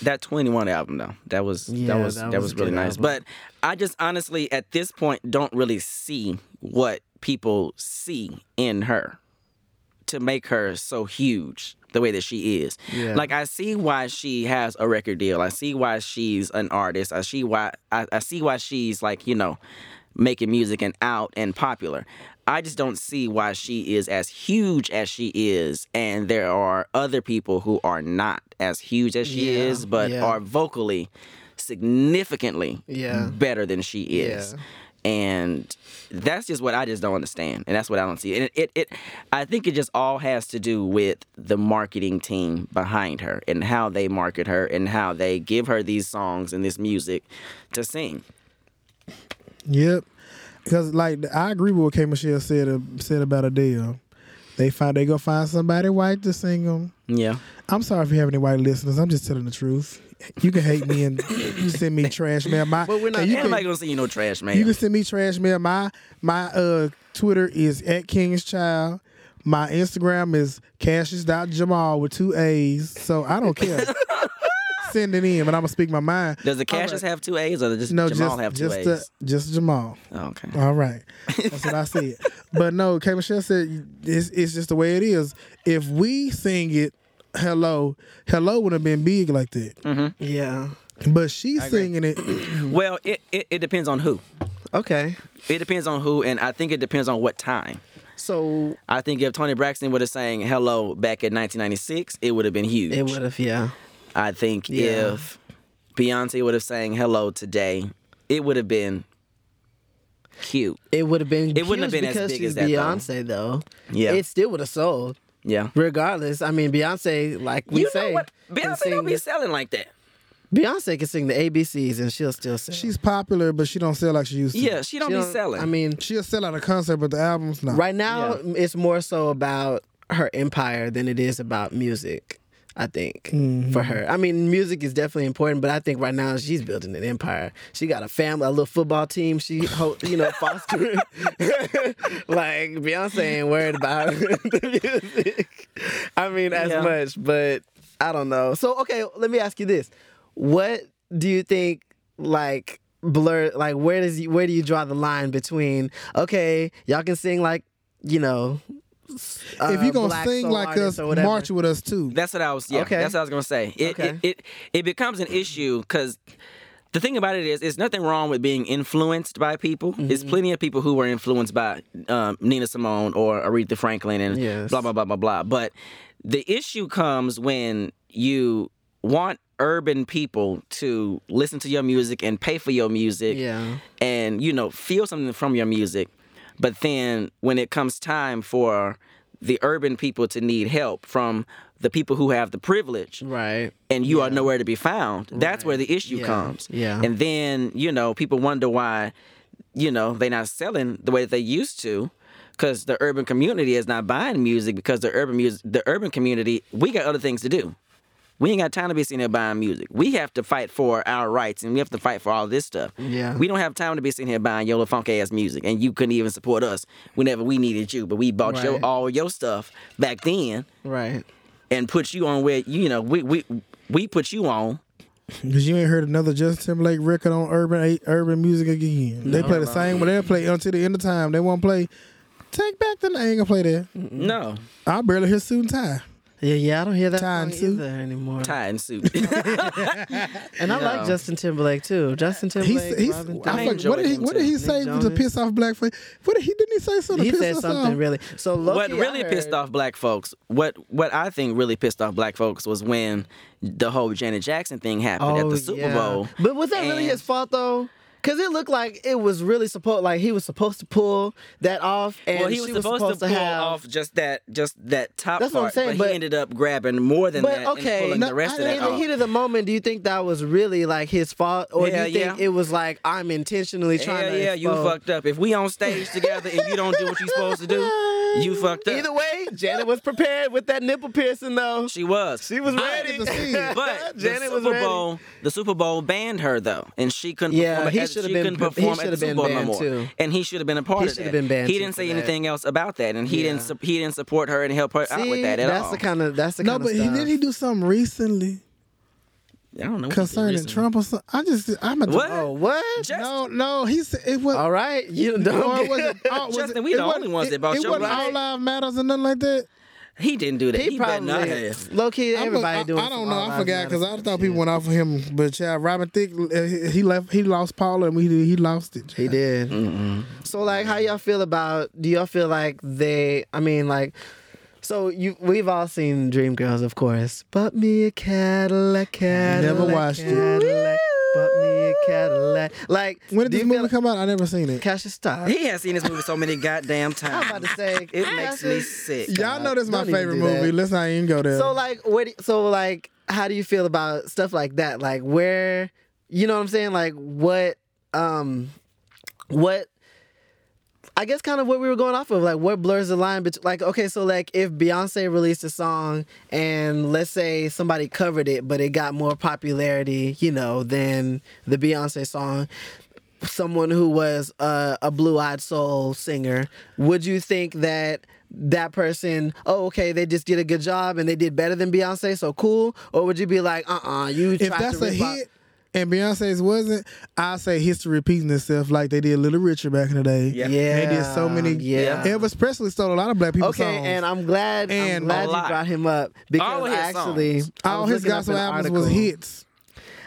C: That Twenty One album though, that was
B: Yeah,
C: that was
B: that
C: that,
B: was
C: was,
B: a
C: really
B: good
C: nice.
B: album.
C: But I just honestly at this point don't really see what people see in her to make her so huge the way that she is.
B: Yeah.
C: Like I see why she has a record deal. I see why she's an artist. I see why I, I see why she's like you know making music and out and popular. I just don't see why she is as huge as she is, and there are other people who are not as huge as she
B: Yeah,
C: is, but
B: yeah.
C: are vocally significantly
B: Yeah.
C: better than she is.
B: Yeah.
C: And that's just what I just don't understand. And that's what I don't see. And it, it, it I think it just all has to do with the marketing team behind her and how they market her and how they give her these songs and this music to sing.
D: yep. Because like I agree with what K Michelle said uh, said about Adele. They find they go find somebody white to sing them.
C: Yeah.
D: I'm sorry if you have any white listeners. I'm just telling the truth. You can hate me and send me trash mail. My
B: But we're not-
D: and you
C: Ain't
D: can-
C: nobody gonna send you no trash, man.
D: You can send me trash mail. My my uh Twitter is at King's Child. My Instagram is Cassius.Jamal with two A's. So I don't care. send it in, but I'm gonna speak my mind.
C: Does the Cassius have two A's or does
D: No,
C: Jamal
D: just
C: have two
D: just
C: A's?
D: the- just Jamal.
C: Oh, okay.
D: All right, that's what I said. But no, K Michelle said it's, it's just the way it is. If we sing it, hello, hello would have been big like that.
B: Yeah.
D: But she's singing it.
C: Well, it, it, it depends on who.
B: Okay.
C: It depends on who, and I think it depends on what time.
B: So
C: I think if Tony Braxton would have sang "Hello" back in 1996, it would have been huge.
B: it would have. Yeah.
C: I think
B: Yeah.
C: if Beyonce would have sang "Hello" today, it would have been cute.
B: It would have been.
C: It wouldn't have
B: huge
C: been as
B: because
C: big
B: she's
C: as that, though.
B: Beyonce though.
C: Yeah.
B: It still would have sold.
C: Yeah.
B: Regardless, I mean Beyonce, like we
C: you
B: say,
C: know what?
B: can
C: Beyonce
B: sing-
C: don't be selling like that.
B: Beyonce can sing the ABCs and she'll still sell.
D: She's popular, but she don't sell like she used to.
C: Yeah, she don't,
B: She
C: be selling.
B: I mean,
D: She'll sell out a concert, but the album's not.
B: right now it's more so about her empire than it is about music. I think for her. I mean, music is definitely important, but I think right now she's building an empire. She got a family, a little football team. She, ho- you know, fostering. like Beyonce ain't worried about the music. I mean, as
C: Yeah.
B: much, but I don't know. So okay, let me ask you this: What do you think? Like blur, like where does you, where do you draw the line between? Okay, y'all can sing like you know. s-
D: if
B: uh,
D: you're gonna
B: black
D: sing
B: soul
D: like us,
B: artists or whatever.
D: march with us too.
C: That's what I was. Yeah,
B: Okay.
C: that's what I was gonna say. It
B: Okay.
C: it, it it becomes an issue because the thing about it is, it's nothing wrong with being influenced by people. There's
B: Mm-hmm.
C: plenty of people who were influenced by um, Nina Simone or Aretha Franklin and
B: Yes.
C: blah blah blah blah blah. But the issue comes when you want urban people to listen to your music and pay for your music
B: Yeah.
C: and you know feel something from your music But then when it comes time for the urban people to need help from the people who have the privilege
B: Right.
C: and you are nowhere to be found, that's where the issue
B: Yeah.
C: comes.
B: Yeah.
C: And then, you know, people wonder why, you know, they're not selling the way that they used to. Because the urban community is not buying music because the urban music, the urban community, we got other things to do. We ain't got time to be sitting here buying music. We have to fight for our rights and we have to fight for all this stuff.
B: Yeah.
C: We don't have time to be sitting here buying your funk ass music and you couldn't even support us whenever we needed you. But we bought your
B: Right.
C: all your stuff back then
B: Right.
C: and put you on where you know, we we we put you on.
D: Because you ain't heard another Justin Timberlake record on urban eh, urban music again. They play the same, but they'll play until the end of time. They won't play. Take back the. I ain't gonna play that.
B: Mm-hmm.
C: No.
D: I barely hear suit and tie.
B: Yeah, yeah, I don't hear that
D: Time
B: song
D: too.
B: either anymore.
C: Tie and suit.
B: And I like
C: No.
B: Justin Timberlake too. Justin
D: He's,
B: Timberlake.
D: he's,
B: Robin
D: I
B: Thicke.
D: fuck, what did he What did he
B: Nick
D: say to
B: Jonas.
D: piss off blackface? What did he didn't he say something?
B: he
D: to piss
B: said
D: us
B: something
D: off?
B: really. So Loki,
C: what really pissed off black folks, what what I think really pissed off black folks was when the whole Janet Jackson thing happened at the Super
B: Oh, yeah.
C: Bowl.
B: But was that really
C: And-
B: his fault though? Because it looked like it was really supposed, like he was supposed to pull that off, and
C: well, he
B: she
C: was
B: was
C: supposed, to pull
B: have.
C: off just that, just that top
B: That's what
C: part,
B: I'm saying,
C: but
B: but-
C: he ended up grabbing more than
B: but
C: that
B: okay,
C: and pulling
B: no,
C: the
B: I
C: rest of that
B: mean, in the
C: off.
B: heat of the moment, do you think that was really like his fault, or
C: Yeah,
B: do you think
C: yeah.
B: it was like I'm intentionally trying
C: Hell
B: to?
C: yeah, you
B: expose-
C: fucked up. If we on stage together and you don't do what you supposed to do, you fucked up.
B: Either way, Janet was prepared with that nipple piercing though.
C: she was.
B: She was ready.
D: get to see it.
C: But
B: Janet
C: the
B: was
C: Super
B: ready.
C: Bowl, the Super Bowl banned her though, and she couldn't.
B: Yeah,
C: perform
B: he
C: at-
B: should've
C: she
B: been-
C: couldn't
B: he
C: perform at the
B: should've
C: Super
B: been
C: Bowl no
B: banned,
C: more.
B: too.
C: And he should have been a part
B: He
C: of
B: should've
C: that.
B: been banned,
C: he
B: too,
C: didn't
B: for
C: say
B: that.
C: anything else about that, and he didn't.
B: Yeah.
C: Su- he didn't support her and help her out with
B: See,
C: that at
B: that's
C: all.
B: the kind of that's the
D: No,
B: kind
D: but
B: of
D: he
B: stuff.
D: did he do something recently
C: I don't know. what he did
D: concerning
C: recently.
D: Trump or something? I just I'm a
C: What?
B: oh what?
C: Just-
D: No, no, he said it was.
B: All right, you
D: Or
B: don't.
D: was it,
B: Get,
D: oh, was
C: Justin,
D: it,
C: we
D: it
C: the
D: wasn't-
C: only ones that
D: it-
C: bought
D: it
C: your
D: wasn't
C: ride.
D: All Live Matters or nothing like that.
C: He didn't do that. He,
B: he
C: better not
B: probably
C: have.
B: low key. Everybody
D: I,
B: doing.
D: I don't
B: some
D: know.
B: All
D: I
B: Lives
D: forgot
B: Matter
D: because I thought
B: shit.
D: people went off of him, but yeah, Robin Thicke uh, he he left. He lost Paul and we he lost it.
B: He did. So like, how y'all feel about? Do y'all feel like they? I mean, like, so you we've all seen Dreamgirls, of course. But me a Cadillac, Cadillac,
D: watched it.
B: Cadillac, But me a Cadillac. Like,
D: When did
B: do
D: this
B: you feel
D: movie come out? I never seen it.
B: Cash stop.
C: He has seen this movie so many goddamn times.
B: I'm about to say
C: it
B: Cassius-
C: makes me sick.
D: Y'all know this is my
B: Don't even
D: favorite
B: do that.
D: movie. Let's not even go there.
B: So like, what? do- So like, how do you feel about stuff like that? Like, where, you know what I'm saying? Like, what, um, what? I guess kind of what we were going off of, like what blurs the line between, like, okay, so like if Beyonce released a song and let's say somebody covered it, but it got more popularity, you know, than the Beyonce song, someone who was uh, a blue-eyed soul singer, would you think that that person, oh, okay, they just did a good job and they did better than Beyonce, so cool? Or would you be like, uh-uh, you
D: if
B: tried
D: that's
B: to
D: a
B: rip off-
D: hit and Beyonce's wasn't, I say history repeating itself like they did Little Richard back in the day.
C: Yeah.
B: Yeah,
D: They did so many.
B: Yeah.
D: Elvis Presley stole a lot of black people
B: Okay,
D: songs.
B: and I'm glad
D: And a
B: I'm glad you
C: lot.
B: brought him up because
C: All
B: I
C: his
B: actually
C: songs.
B: I
D: all
B: was
D: his
B: looking up
D: gospel
B: an
D: albums was
B: article-
D: hits.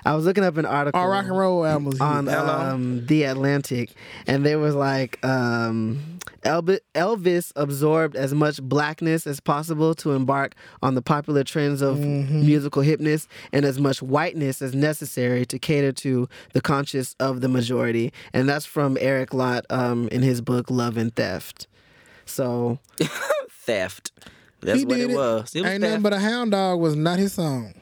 B: I was looking up an article
D: All rock and roll albums. was
B: on
D: hits.
C: Hello?
B: um, the Atlantic, and there was like um, Elvis, Elvis absorbed as much blackness as possible to embark on the popular trends of
D: Mm-hmm.
B: musical hipness, and as much whiteness as necessary to cater to the conscience of the majority. And that's from Eric Lott um, in his book Love and Theft. So
C: Theft. That's
D: he
C: what
D: did
C: it was. It was
D: Ain't
C: theft
D: nothing but a hound dog was not his song.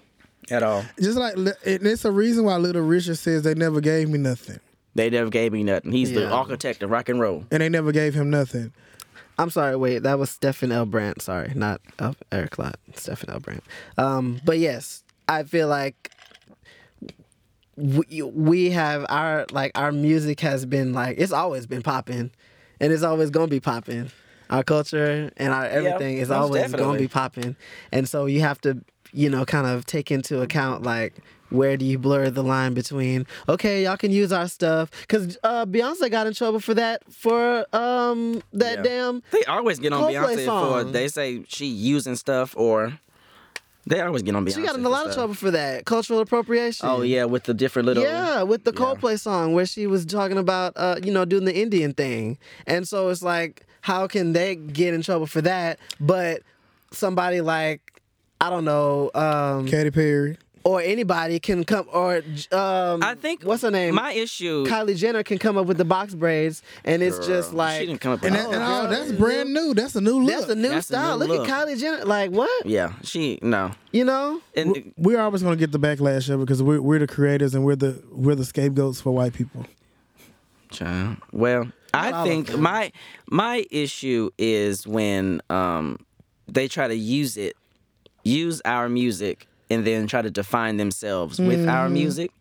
C: at all.
D: Just like li- and it's a reason why Little Richard says they never gave me nothing,
C: They never gave me nothing. He's the
B: Yeah.
C: architect of rock and roll.
D: and they never gave him nothing.
B: I'm sorry, wait, that was Stefan L. Brandt. Sorry, not El- Eric Lott. Stefan L. Brandt. Um, but yes, I feel like we, we have our like our music has been like it's always been popping, and it's always gonna be popping. Our culture and our everything is
C: most
B: always gonna
C: definitely.
B: be popping, and so you have to you know kind of take into account like where do you blur the line between okay y'all can use our stuff because uh, Beyonce got in trouble for that for um that
C: Yeah.
B: damn
C: They always get on
B: Coldplay
C: Beyonce for
B: song.
C: they say she using stuff or they always get on Beyonce.
B: She got in
C: for
B: a lot of
C: stuff.
B: trouble for that cultural appropriation.
C: Oh yeah, with the different little
B: Yeah, with the
C: Yeah.
B: Coldplay song where she was talking about, uh, you know, doing the Indian thing, and so it's like, how can they get in trouble for that? But somebody like, I don't know, um,
D: Katy Perry.
B: or anybody can come or um
C: I think
B: what's her name?
C: My issue.
B: Kylie Jenner can come up with the box braids and it's just like
C: she didn't come up with
D: And,
C: that.
D: that, and
B: Oh,
D: all,
B: girl.
D: that's brand new. That's a new look.
B: that's a new
C: That's a
B: style.
C: new
B: Look at Kylie Jenner. Like what?
C: yeah, she no.
B: You know?
C: And
D: we're always going to get the backlash of it because we're, we're the creators and we're the we're the scapegoats for white people.
C: Child. Well, I think my my issue is when um they try to use it, use our music, and then try to define themselves with our
B: Mm-hmm.
C: music.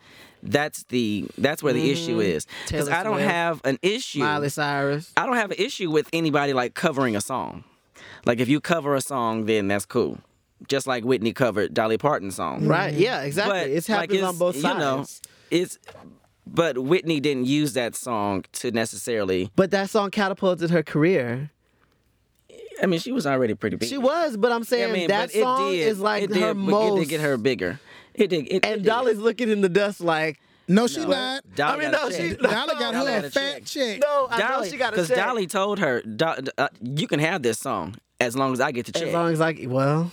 C: That's the that's where the issue is because
B: Taylor
C: I don't
B: Swift.
C: have an issue.
B: Miley Cyrus.
C: I don't have an issue with anybody like covering a song. Like if you cover a song, then that's cool. Just like Whitney covered Dolly Parton's song,
B: Right. Yeah, exactly.
C: Mm-hmm. but,
B: it's
C: like,
B: happening
C: it's-
B: on both sides.
C: You know, it's but Whitney didn't use that song to necessarily.
B: But that song catapulted her career.
C: I mean, she was already pretty big.
B: She was, but I'm
C: I
B: saying
C: mean,
B: that
C: but it
B: song
C: did-
B: is like
C: it
B: her
C: did,
B: most.
C: It did get her bigger. It did. It, it
B: and
C: did.
B: Dolly's looking in the dust like,
D: No, she lied.
C: Dolly
B: I mean,
C: got a
B: no,
C: check.
B: she- no.
D: Dolly got
C: Dolly
D: her
C: got
D: a
C: a
D: fat
C: check.
D: check.
B: no, I know
C: Dolly,
B: she got a
C: because
B: check.
C: Dolly told her, "Do- uh, "You can have this song as long as I get the check."
B: As long as like, well,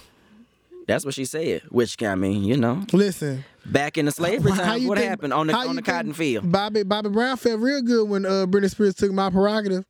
C: That's what she said. Which I mean, you know,
D: Listen,
C: back in the slavery
D: how
C: time,
D: you
C: what
D: think-
C: happened on the
D: how
C: on
D: you
C: the cotton
D: think
C: field?
D: Bobby Bobby Brown felt real good when uh, Britney Spears took my prerogative,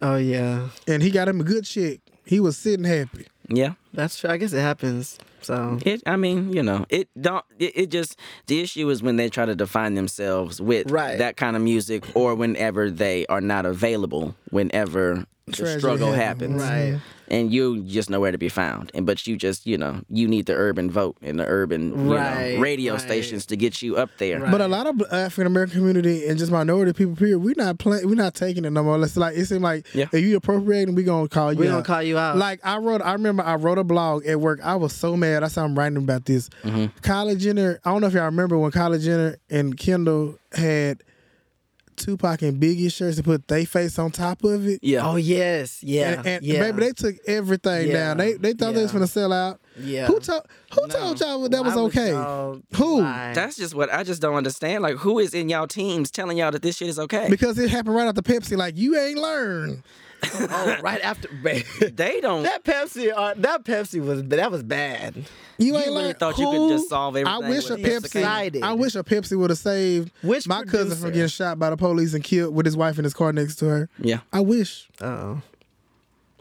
B: oh yeah,
D: and he got him a good check. He was sitting happy.
C: Yeah.
B: that's true. I guess it happens. So
C: It, I mean, you know, it don't. It, it just the issue is when they try to define themselves with
B: Right.
C: that kind of music, or whenever they are not available, whenever the
D: Tragedy
C: struggle
D: happens.
C: happens,
B: Right.
C: And you just nowhere to be found, and but you just you know you need the urban vote and the urban you know,
B: Right,
C: radio
B: right.
C: stations to get you up there.
B: Right.
D: But a lot of African American community and just minority people, period, we not playing, we not taking it no more. It's like it seemed like
C: Yeah.
D: if you appropriating, we gonna call you.
B: We
D: out.
B: gonna call you out.
D: Like I wrote, I remember I wrote a blog at work. I was so mad. I said I'm writing about this.
B: Mm-hmm.
D: Kylie Jenner. I don't know if y'all remember when Kylie Jenner and Kendall had Tupac and Biggie shirts and put they face on top of it.
C: Yeah.
B: oh yes, yeah,
D: And, and
B: yeah.
D: baby, they took everything
B: Yeah.
D: down. They they thought they was
B: Yeah.
D: gonna sell out.
B: Yeah.
D: Who told Who told y'all that was
B: Why would
D: okay?
B: y'all
D: Who?
B: lie?
C: That's just what I just don't understand. Like, who is in y'all teams telling y'all that this shit is okay?
D: Because it happened right after Pepsi. Like you ain't learned.
B: oh, right after
C: they don't.
B: that Pepsi. Uh, that Pepsi was that was bad.
D: You,
C: You
D: ain't
C: really
D: learned.
C: thought you could just solve
D: I
C: everything
D: wish a
C: with
D: Pepsi.
B: Decided.
D: I wish a Pepsi would have saved
B: Which
D: my cousin
B: producer?
D: from getting shot by the police and killed with his wife in his car next to her.
C: Yeah,
D: I wish.
C: Uh,
B: Oh,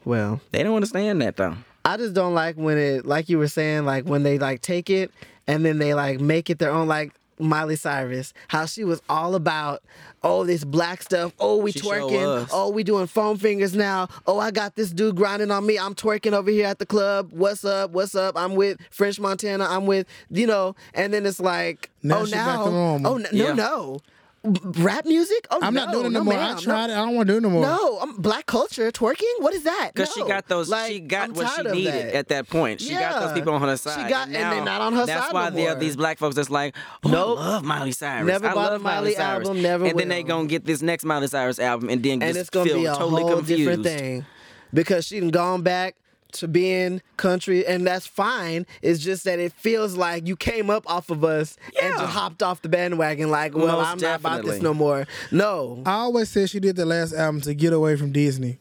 B: well.
C: they don't understand that though.
B: I just don't like when it, like you were saying, like when they like take it and then they like make it their own, like Miley Cyrus, how she was all about, oh, this black stuff, oh, we
C: She sure
B: twerking,
C: was.
B: oh, we doing foam fingers now, oh, I got this dude grinding on me, I'm twerking over here at the club, what's up, what's up, I'm with French Montana, I'm with, you know, and then it's like,
D: Now
B: oh,
D: she back
B: now,
D: to normal.
B: oh, n- no,
C: Yeah.
B: no. Rap music? Oh,
D: I'm not
B: no,
D: doing it no,
B: no,
D: more.
B: ma'am,
D: I
B: no.
D: tried it. I don't want to do it no more.
B: No, I'm black culture twerking. What is that?
C: Because she
B: No.
C: got those,
B: Like,
C: she got
B: I'm
C: what she
B: tired of
C: needed
B: that.
C: at that point. She got
B: Yeah.
C: those people on her
B: She
C: side.
B: got- and they're not on her
C: That's
B: side
C: why
B: no
C: there are
B: more.
C: these black folks that's like, oh,
B: Nope.
C: I love Miley Cyrus.
B: Never
C: I
B: bought
C: love
B: a Miley
C: Cyrus.
B: album, never
C: And then they
B: will.
C: gonna get this next Miley Cyrus album, and then
B: and
C: just
B: it's gonna
C: feel
B: be a
C: totally
B: whole
C: confused.
B: different thing because she done gone back to being country, and that's fine. It's just that it feels like you came up off of us and
C: Yeah.
B: just hopped off the bandwagon. Like, well,
C: Most
B: I'm not about this
C: definitely. Uh-huh.
B: no more. No.
D: I always said she did the last album to get away from Disney.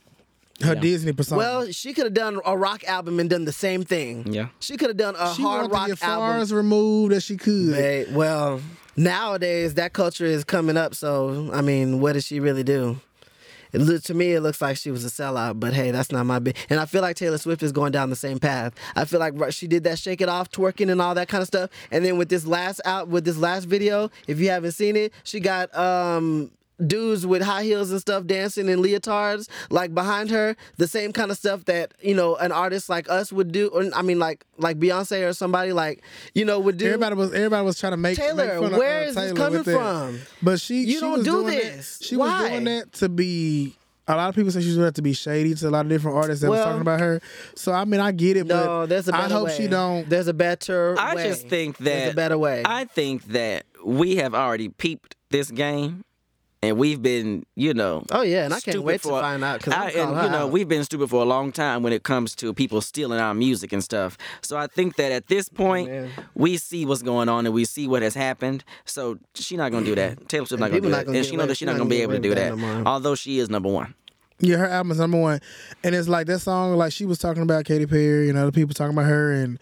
D: Her Disney persona.
B: Well, she could have done a rock album and done the same thing.
C: Yeah.
B: She could have done a
D: she
B: hard
D: wanted
B: rock
D: to get far
B: album.
D: as removed as she could.
B: They- well, nowadays that culture is coming up. So, I mean, what did she really do? It look, to me, it looks like she was a sellout, but hey, that's not my big. And I feel like Taylor Swift is going down the same path. I feel like right- she did that "Shake It Off" twerking and all that kind of stuff. And then with this last out, with this last video, if you haven't seen it, she got um dudes with high heels and stuff dancing in leotards like behind her the same kind of stuff that you know an artist like us would do or i mean like like beyonce or somebody like you know would do
D: Everybody was everybody was trying to make
B: Taylor,
D: Make fun
B: where
D: of, uh,
B: is this
D: Taylor
B: coming
D: with that.
B: from?
D: But she
B: You
D: she
B: don't
D: was
B: do
D: doing that-
B: this.
D: She
B: Why?
D: was doing that to be. A lot of people say she's doing that to be shady to a lot of different artists that was
B: Well-
D: talking about her. So I mean, I get it.
B: No,
D: but
B: there's a
D: I
B: better
D: hope
B: way.
D: she don't.
B: There's a better.
C: I
B: way.
C: just think that
B: there's a better way.
C: I think that we have already peeped this game, and we've been, you know.
B: oh yeah, and I can't
C: stupid
B: wait to
C: for-
B: find out because
C: I-
B: I
C: and you know we've been stupid for a long time when it comes to people stealing our music and stuff. So I think that at this point we see what's going on and we see what has happened. So she's not gonna do that. Taylor Swift's not gonna
B: people
C: do
B: not
C: that,
B: gonna
C: and
B: get
C: she knows
B: away-
C: that
B: she
C: she's not
B: not
C: gonna be
B: gonna
C: able
B: get
C: to do
B: away
C: that.
B: with that no more.
C: Although she is number one,
D: Yeah, her album is number one, and it's like that song. Like she was talking about Katy Perry and other people talking about her and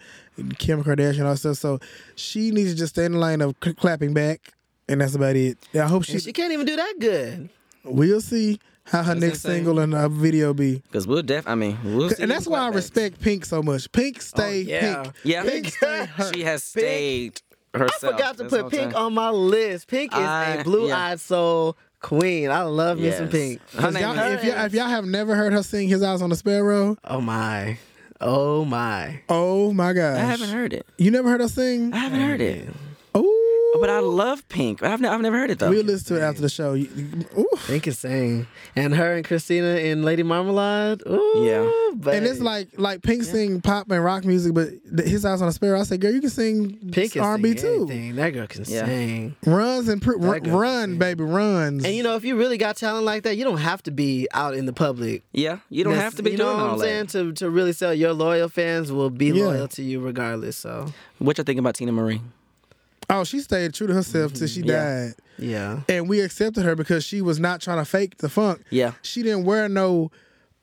D: Kim Kardashian and all that stuff. So she needs to just stay in the line of cl- clapping back, and that's about it. And I hope she.
B: And she can't even do that good.
D: we'll see how her next
C: insane.
D: single and her video be.
C: Because we'll def. I mean, we'll see
D: And that's
C: who
D: why I
C: clapbacks.
D: respect Pink so much. Pink stay
B: yeah.
D: pink.
C: Yeah,
D: Pink stay her.
C: she has stayed herself.
B: I forgot to
C: this
B: put
C: whole
B: Pink
C: time.
B: on my list. Pink is
C: I-
B: a blue-eyed
C: yeah.
B: soul queen. I love me some
C: Yes.
B: Pink.
C: Her name
D: Y'all-
C: is-
D: if, y'all, if y'all have never heard her sing "His Eyes on the Sparrow,"
B: Oh my, oh my.
D: oh my gosh!
C: I haven't heard it.
D: You never heard her sing?
C: I haven't heard it.
D: Oh,
C: But I love Pink. I've, ne- I've never heard it though.
D: we'll listen to it after the show. You- you- oof.
B: Pink is saying, and her and Christina in Lady Marmalade. Ooh,
C: Yeah.
B: but
D: And it's like like Pink sing pop and rock music, but th- his eyes on a sparrow. I said, girl, you can sing
B: Pink is
D: R&B
B: R&B
D: too.
B: too. That girl can
C: Yeah.
B: sing.
D: Runs and pr-
B: That girl
D: run, baby, runs.
B: And you know, if you really got talent like that, you don't have to be out in the public.
C: yeah, you don't have to be
B: you
C: doing
B: know what
C: all
B: I'm saying?
C: that.
B: To to really sell, your loyal fans will be
D: Yeah.
B: loyal to you regardless. So
C: What you think about Tina Marie?
D: oh, she stayed true to herself till she
C: Yeah.
D: died,
B: yeah,
D: and we accepted her because she was not trying to fake the funk.
C: Yeah.
D: she didn't wear no.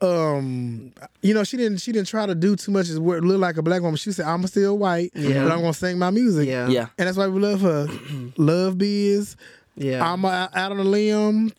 D: Um, you know, she didn't. She didn't try to do too much. Is what look like a black woman. She said, "I'm still white,
B: Yeah.
D: but I'm gonna sing my music."
B: yeah,
C: Yeah,
D: and that's why we love her. love biz.
B: yeah.
C: Um,
D: I'm uh, out on a limb.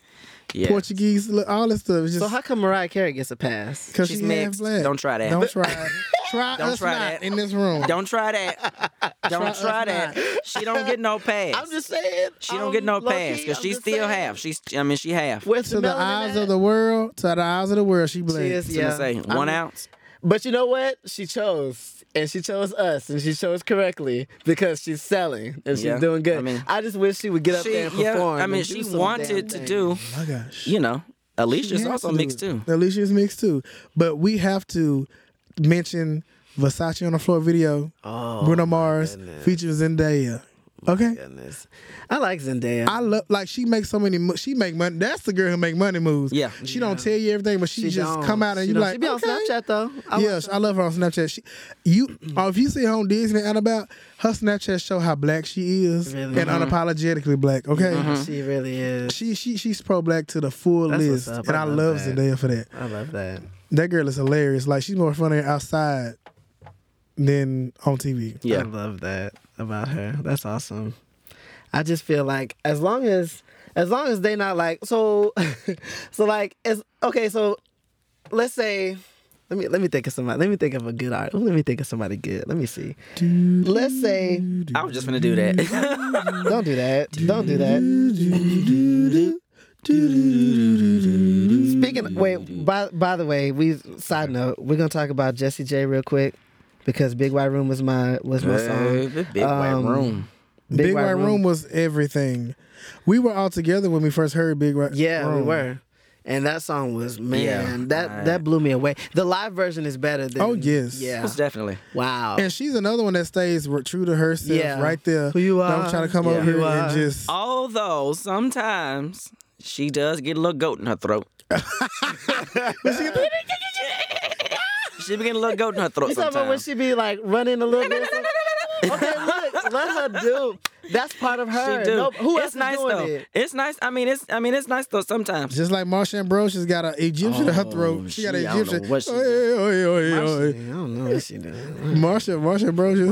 C: yeah.
D: Portuguese. look, All this stuff. It's Just,
B: so how come Mariah Carey gets a pass?
D: Cause
C: She's
D: she half
C: mixed.
D: black.
C: Don't try that.
D: Don't try. it. try
C: Don't
D: us
C: try
D: not
C: that.
D: in this room.
C: Don't try that. Don't
D: us
C: try that. She don't get no pass.
B: I'm just saying
C: she don't get no
B: I'm low-key,
C: pass because
B: I'm
C: she
B: just
C: still
B: saying.
C: half. She's. I mean, she half.
B: Where's
D: To the
B: melanin
D: eyes
B: at?
D: of the world, to the eyes of the world, she black.
B: She is,
C: Gonna
B: yeah.
C: say one ounce.
B: But you know what? She chose, and she chose us, and she chose correctly because she's selling and she's
C: Yeah,
B: doing good.
C: I
B: I,
C: mean-
B: just wish she would get up
C: She,
B: there and
C: yeah.
B: perform.
C: I mean,
B: and do
C: she
B: some damn
C: wanted to
B: thing.
C: do.
D: Oh my gosh.
C: You know,
D: She
C: Alicia's
D: has
C: also
D: to do
C: mixed
D: it.
C: too.
D: Alicia's mixed too. But we have to mention Versace on the floor video.
B: Oh,
D: Bruno Mars featuring Zendaya. Okay.
B: Goodness, I like Zendaya.
D: I love like she makes so many. mo- She make money. That's the girl who make money moves.
C: Yeah.
D: she don't tell you everything, but she, just
B: don't.
D: come out and
B: She
D: you
B: don't.
D: like.
B: She be on
D: okay.
B: Snapchat though. I Mm-hmm.
D: yes, I love her on Snapchat. She, you, oh, if you see her on Disney and about her Snapchat show how black she is
B: Really? Mm-hmm.
D: and unapologetically black. Okay,
B: like- She really is.
D: she she she's pro black to the full
B: That's what's
D: list,
B: up.
D: and
B: I
D: I,
B: love
D: love
B: that.
D: Zendaya for that.
B: I love that.
D: That girl is hilarious. Like she's more funny outside than on TV.
B: I
C: Yeah.
B: love that about her. That's awesome. I just feel like as long as as long as they not like so so like as okay, so let's say let me let me think of somebody let me think of a good art. Let me think of somebody good. Let me see. Let's say
C: I was just gonna do that.
B: don't do that. Don't do that. Speaking of, wait, by by the way, we side note, we're gonna talk about Jesse J real quick because Big White Room was my was my song.
C: Baby, Big white
B: Um,
C: room.
D: Big, White, Room. was everything. We were all together when we first heard Big White.
B: Yeah, we
D: Room.
B: were. And that song was man,
C: Yeah.
B: that
C: Alright.
B: that blew me away. The live version is better than
D: Oh, yes.
B: Yeah.
C: Most definitely.
B: Wow.
D: And she's another one that stays re- true to herself,
B: Yeah.
D: right there.
B: Who you
D: Don't
B: are,
D: try to come
B: who
D: over here
B: you
D: and
B: are.
D: just.
C: Although sometimes she does get a little goat in her throat. she be getting a little goat in her throat
B: You talking about when
C: sometimes.
B: she be like running a little bit? okay, look, let her do. That's part of her.
C: She do.
B: No, who else
C: it's nice
B: is doing
C: though.
B: it?
C: It's nice. I mean, it's I mean, it's nice though. Sometimes
D: Just like Marsha Ambrose, she's got an Egyptian in her
C: Oh,
D: throat. She got an
C: she- I don't know
D: Egyptian.
C: what she
D: Oi,
C: do.
D: oi, oi, oi.
B: I don't know what she doing.
D: Marsha, Marsha Ambrose.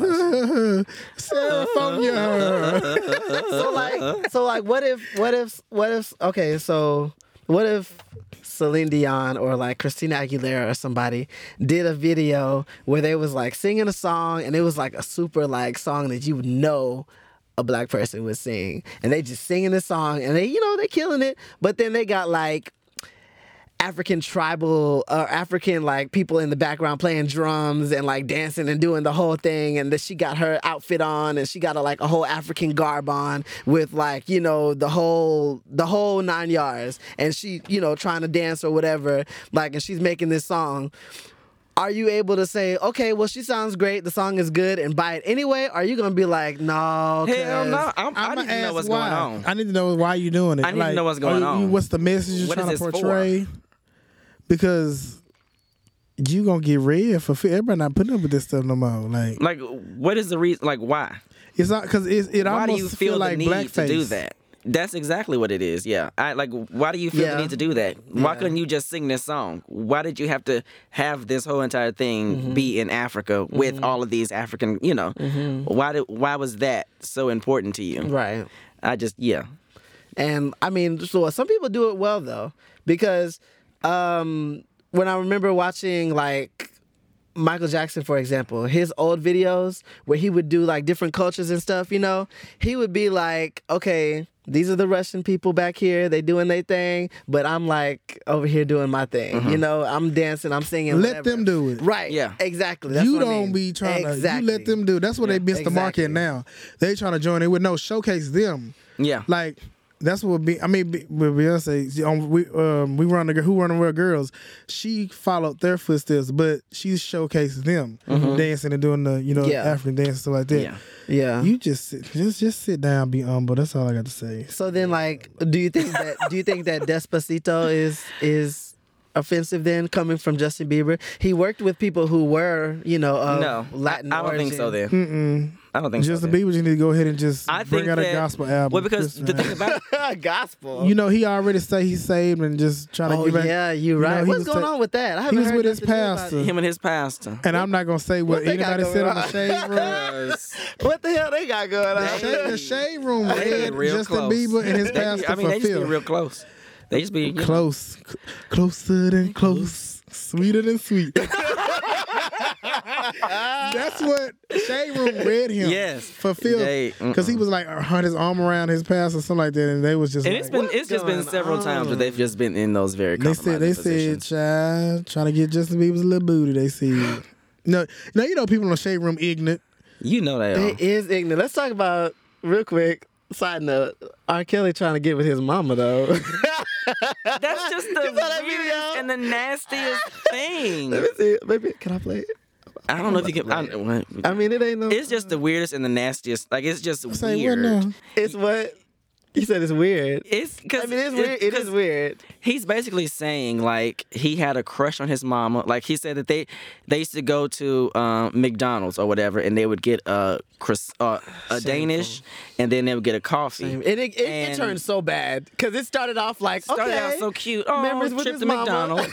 D: Syrophonia.
B: so like, so like, what if, what if, what if? Okay, so what if Celine Dion or like Christina Aguilera or somebody did a video where they was like singing a song and it was like a super like song that you would know a black person would sing and they just singing the song and they you know they killing it but then they got like African tribal or African like people in the background playing drums and like dancing and doing the whole thing and then she got her outfit on and she got a, like a whole African garb on with like you know the whole the whole nine yards and she you know trying to dance or whatever like and she's making this song are you able to say okay well she sounds great the song is good and buy it anyway or are you gonna be like no
C: hell
B: 'cause
C: no. I'm, I
D: I'ma
C: need to know
D: ask
C: what's
D: why.
C: going on.
D: I need to know why you doing it.
C: I need to know what's
D: are
C: going
D: you-
C: on.
D: What's the message you're
C: What is
D: trying to
C: this for?
D: portray? Because you gonna get red for fear. Everybody not putting up with this stuff no more. Like
C: like, what is the reason? Like, why?
D: it's not because it, it
C: Why
D: almost
C: do you feel,
D: like
C: the need
D: blackface.
C: to do that? That's exactly what it is. Yeah. I like. Why do you feel
B: Yeah.
C: the need to do that? Why couldn't you just sing this song? Why did you have to have this whole entire thing
B: Mm-hmm.
C: be in Africa with all of these African? You know. Why did? Why was that so important to you?
B: Mm-hmm. Right.
C: I just yeah.
B: And I mean, so some people do it well though, because um, when I remember watching like Michael Jackson, for example, his old videos where he would do like different cultures and stuff, you know, he would be like, okay, these are the Russian people back here, they doing their thing, but I'm like over here doing my thing, you know, I'm dancing, I'm singing.
D: Mm-hmm. Let
B: whatever.
D: them do it.
B: Right.
C: Yeah.
B: Exactly. That's
D: you
B: what I
D: don't
B: mean.
D: be trying to.
B: Exactly.
D: You let them do. That's what they missed the
B: Exactly.
D: market now. They trying to join in with no showcase them.
C: Yeah.
D: Like that's what be. I mean, be- with Beyonce, she- um, we um, we run the girl who run the real girls. She followed their footsteps, but she showcased them dancing and doing the you know
B: Mm-hmm. Yeah.
D: African dance stuff like that.
C: Yeah.
B: Yeah.
D: You just sit, just just sit down, be humble. That's all I got to say.
B: So then, like, do you think that do you think that Despacito is is offensive? Then coming from Justin Bieber, he worked with people who were, you know, of
C: no.
B: Latin.
C: I, I don't think so.
B: origin.
C: Then. I don't think so.
D: Justin
C: then.
D: Bieber, you need to go ahead and just
C: I
D: bring
C: think
D: out
C: that-
D: a gospel album.
C: Well, because
D: Just-
C: the thing about it,
B: gospel.
D: you know he already say he's saved and just trying to
B: oh
D: give back.
B: yeah, you're
D: you know,
B: right.
D: he
B: What's
D: was
B: going
D: ta-
B: on with that? I
D: he
B: haven't
D: was
B: heard
D: with his
B: nothing new about
D: pastor.
B: it.
C: him and his pastor.
D: And I'm not gonna say what,
B: they got
D: anybody said
B: going
D: on the
B: on?
D: shade room.
B: What the hell they got going
D: The
B: on?
D: shade, the shade room
C: They be
D: read
C: real
D: Justin
C: close.
D: Bieber and his
C: They be-
D: pastor
C: I mean, they
D: for
C: just be
D: Phil.
C: real close. They just be you know,
D: close, C- closer than close, sweeter than sweet. That's what shade room read him.
C: Yes.
D: for Phil,
C: They-
D: because he was like uh, had his arm around his pastor or something like that, and they was just
C: And
D: like,
C: it's been it's just been
B: going
C: several times where
B: on?
C: they've just been in those very
D: They said they
C: compromising positions.
D: said child trying to get Justin Bieber's little booty. They said no, now you know people in the shade room ignorant.
C: you know they,
B: They
C: are.
B: is ignorant. Let's talk about real quick. Side note: R. Kelly trying to get with his mama though.
C: That's just the
B: that video?
C: weirdest and the nastiest thing.
B: Let me see. Maybe can I play? It?
C: I don't know if you can. I, what,
B: I mean, it ain't no.
C: it's just the weirdest and the nastiest. Like it's just
D: Say
C: weird.
D: what now?
B: It's what you said. It's weird.
C: It's because
B: I mean, it's weird. It is weird.
C: He's basically saying like he had a crush on his mama. Like he said that they they used to go to um, McDonald's or whatever, and they would get a cros- uh, a Danish, and then they would get a coffee.
B: And it, it, it
C: And-
B: turned so bad because it started off like
C: started
B: okay,
C: out so cute. Oh,
B: Memories with
C: trip
B: his
C: to
B: mama.
C: McDonald's.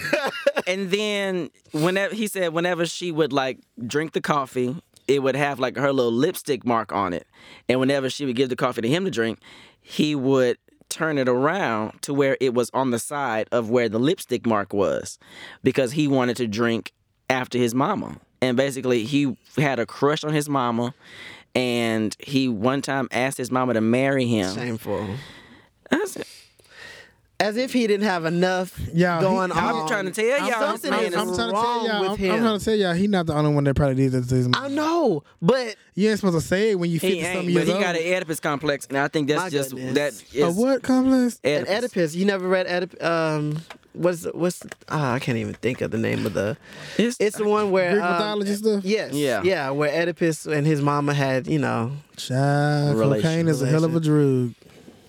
C: and then whenever he said whenever she would like drink the coffee, it would have like her little lipstick mark on it. And whenever she would give the coffee to him to drink, he would turn it around to where it was on the side of where the lipstick mark was because he wanted to drink after his mama. And basically he had a crush on his mama and he one time asked his mama to marry him.
B: shameful.
C: I said,
B: As if he didn't have enough
D: Yeah, he-
B: going
D: I'm
B: on.
C: trying to tell y'all,
B: something
C: man,
B: is
C: it's-
D: I'm trying to
B: wrong
D: tell y'all.
B: with
D: I'm,
B: him.
D: I'm trying to tell y'all. He's not the only one that probably did this.
B: I know, but
D: You ain't supposed to say it when you
C: He
D: fifty something
C: ain't, but
D: years
C: he
D: old.
C: got an Oedipus complex, and I think that's
B: My
C: just
B: goodness.
C: that
D: a
C: is
D: what complex?
B: an Oedipus. You never read Oedipus? Um, what's what's? ah I can't even think of the name of the.
C: It's,
B: It's the one where
D: Greek
B: um,
D: mythology stuff.
B: Yes.
C: Yeah.
B: Yeah. Where Oedipus and his mama had, you know,
D: Child,
C: Relation.
D: cocaine is a hell of a drug.